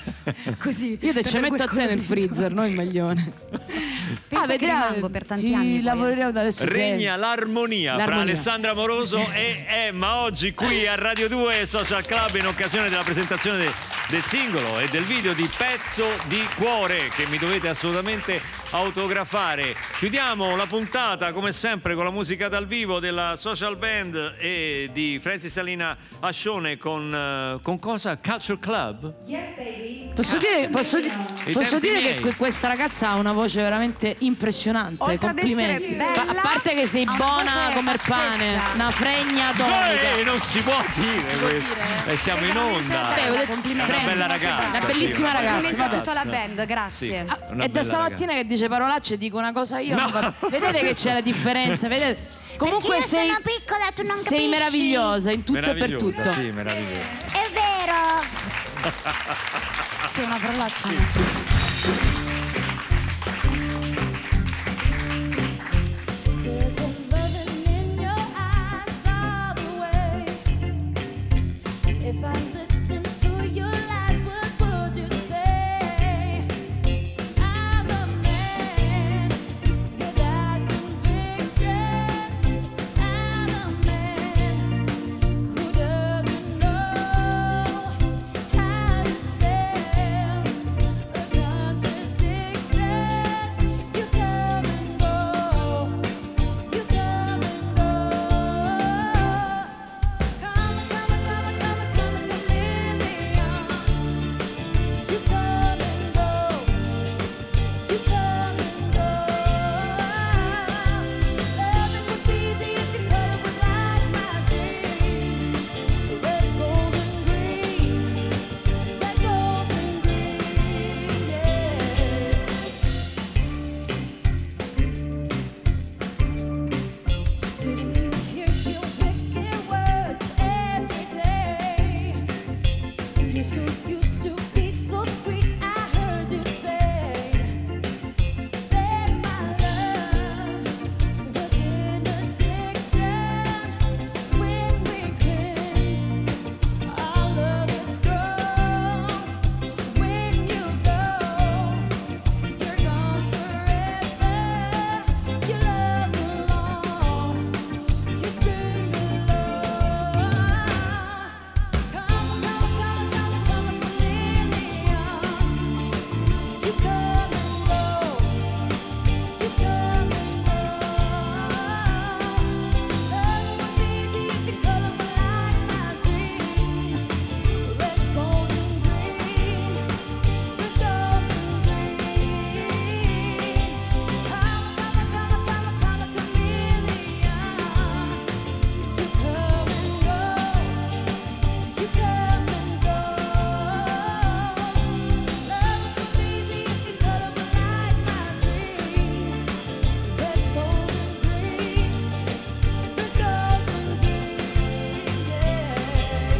Speaker 11: Così.
Speaker 10: Io te
Speaker 11: per
Speaker 10: ce metto a te
Speaker 11: quel-
Speaker 10: nel freezer, non il maglione. Ah,
Speaker 11: Pensa che
Speaker 10: vedrai-
Speaker 11: rimango per tanti
Speaker 10: sì,
Speaker 11: anni. poi, eh.
Speaker 10: lavoreremo da adesso. in sera.
Speaker 1: Regna l'armonia, fra
Speaker 10: L'armonia.
Speaker 1: Alessandra Moroso e Emma oggi qui a Radio 2 e Social Club in occasione della presentazione de- del singolo e del video di Pezzo di Cuore che mi dovete assolutamente autografare. Chiudiamo la puntata come sempre con la musica dal vivo della Social Band e di Francis Salina Ascione con, eh, con cosa? Culture Club?
Speaker 10: Posso dire, posso di-
Speaker 1: I
Speaker 10: posso
Speaker 1: tempi
Speaker 10: dire
Speaker 1: miei.
Speaker 10: che que- questa ragazza ha una voce veramente impressionante.
Speaker 11: Oltre ad essere
Speaker 10: Complimenti. Pa-
Speaker 11: bella,
Speaker 10: a parte che sei
Speaker 11: ha una
Speaker 10: buona
Speaker 11: voce
Speaker 10: come il pane,
Speaker 11: pazzesca.
Speaker 10: una fregna tonica.
Speaker 1: Eh, non si può dire questo. Eh, siamo in onda.
Speaker 10: Vabbè, ho detto-
Speaker 1: È una
Speaker 10: Fred,
Speaker 1: bella ragazza.
Speaker 10: Una bellissima
Speaker 1: sì, una
Speaker 10: ragazza.
Speaker 1: bella
Speaker 10: vabbè.
Speaker 11: tutta la band, grazie.
Speaker 1: Sì,
Speaker 11: Ah,
Speaker 1: una bella
Speaker 10: È da stamattina che dice parolacce, dico una cosa io.
Speaker 1: No.
Speaker 10: ma- Vedete che c'è la differenza, vedete? Comunque
Speaker 15: io
Speaker 10: sei,
Speaker 15: sono piccola, tu non capisci.
Speaker 10: sei meravigliosa in tutto e per
Speaker 1: Meravigliosa,
Speaker 10: tutto.
Speaker 1: Sì, meravigliosa.
Speaker 15: È vero.
Speaker 18: Sei una parolaccia.
Speaker 4: There's a loving in your eyes all the way. If I listen to your lies, what would you say? I'm a man without conviction. I'm a man who doesn't know how to sell a contradiction. You come and go. You come and go. Come and come and come and come and come and come in the arms. You come and go. You come and go. Loving was easy if the color was like my dream. Red, gold, and green. Red, gold, and green. Yeah. Didn't you hear your wicked words every day? You're so used to be so sweet. I heard you say that my love was an addiction. When we cleanse, our love is strong. When you go, you're gone forever. You love alone. You sing along. Come and come and come and come and come and come in the arms. You come and go. You come and go. Love was easy if the color were like my dreams. Red, gold, and green. Red, gold, and green. Come and come and come and come and come and come in the arms. You come and go, you come and go. Love was easy if the color were like my dreams. Red, gold, and green, red, gold, and green,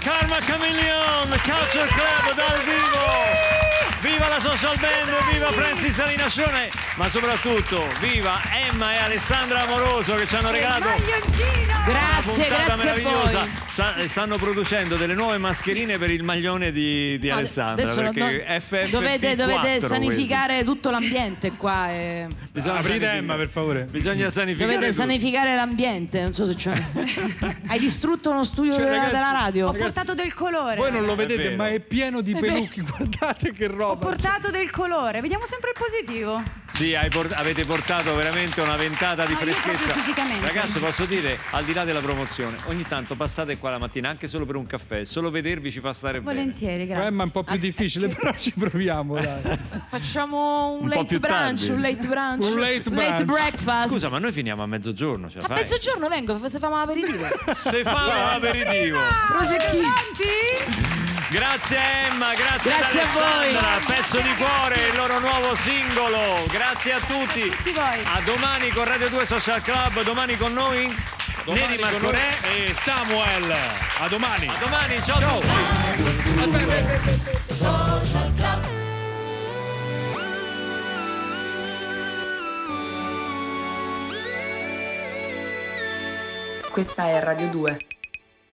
Speaker 1: Karma Chameleon, Culture Club dal vivo! Viva la social band, viva Francis Salinascione, ma soprattutto viva Emma e Alessandra Amoroso che ci hanno regalato una
Speaker 10: Eh, Grazie,
Speaker 1: puntata
Speaker 10: grazie a
Speaker 1: meravigliosa.
Speaker 10: voi.
Speaker 1: Sa- eh, stanno producendo delle nuove mascherine per il maglione di, di Alessandra,
Speaker 10: Adesso non-
Speaker 1: perché FFP4
Speaker 10: dovete, dovete
Speaker 1: questo.
Speaker 10: sanificare tutto l'ambiente qua. e-
Speaker 1: Bisogna
Speaker 9: Aprite
Speaker 1: sanificare.
Speaker 9: Emma, per favore.
Speaker 1: Bisogna sanificare.
Speaker 10: Dovete
Speaker 1: tutto.
Speaker 10: sanificare l'ambiente, non so se c'è. Hai distrutto uno studio
Speaker 11: Cioè,
Speaker 10: della,
Speaker 11: ragazzi,
Speaker 10: della radio.
Speaker 11: Ho portato del colore.
Speaker 14: Voi non lo
Speaker 11: Ho
Speaker 14: vedete,
Speaker 1: vero.
Speaker 14: ma è pieno di
Speaker 11: È vero.
Speaker 14: peluchi. Guardate che roba.
Speaker 11: portato del colore. Vediamo sempre il positivo.
Speaker 1: Sì, hai por- avete portato veramente una ventata di
Speaker 11: No, io
Speaker 1: freschezza.
Speaker 11: proprio fisicamente.
Speaker 1: Ragazzi, posso dire, al di là della promozione, ogni tanto passate qua la mattina anche solo per un caffè, solo vedervi ci fa stare bene.
Speaker 11: Volentieri, grazie.
Speaker 14: Emma è un po' più difficile, però ci proviamo. Dai.
Speaker 10: Facciamo un,
Speaker 1: Un po'
Speaker 10: late
Speaker 1: più
Speaker 10: brunch,
Speaker 1: tardi.
Speaker 10: un late brunch,
Speaker 1: Un late brunch.
Speaker 10: breakfast.
Speaker 1: Scusa, ma noi finiamo a mezzogiorno, ce la
Speaker 10: a
Speaker 1: fai?
Speaker 10: mezzogiorno vengo, se facciamo l'aperitivo.
Speaker 1: Se fa aperitivo.
Speaker 10: Prosecchino.
Speaker 1: Grazie Emma, grazie, ad
Speaker 10: Grazie a voi.
Speaker 1: Alessandra, pezzo di cuore, il loro nuovo singolo. Grazie a tutti. A, domani con Radio 2 Social Club, domani con noi
Speaker 9: Domani
Speaker 1: Neri
Speaker 9: con
Speaker 1: Marco
Speaker 9: noi
Speaker 1: Re.
Speaker 9: e Samuel. A domani.
Speaker 1: A domani, ciao. a tutti.
Speaker 4: Social Club.
Speaker 8: Questa è Radio 2.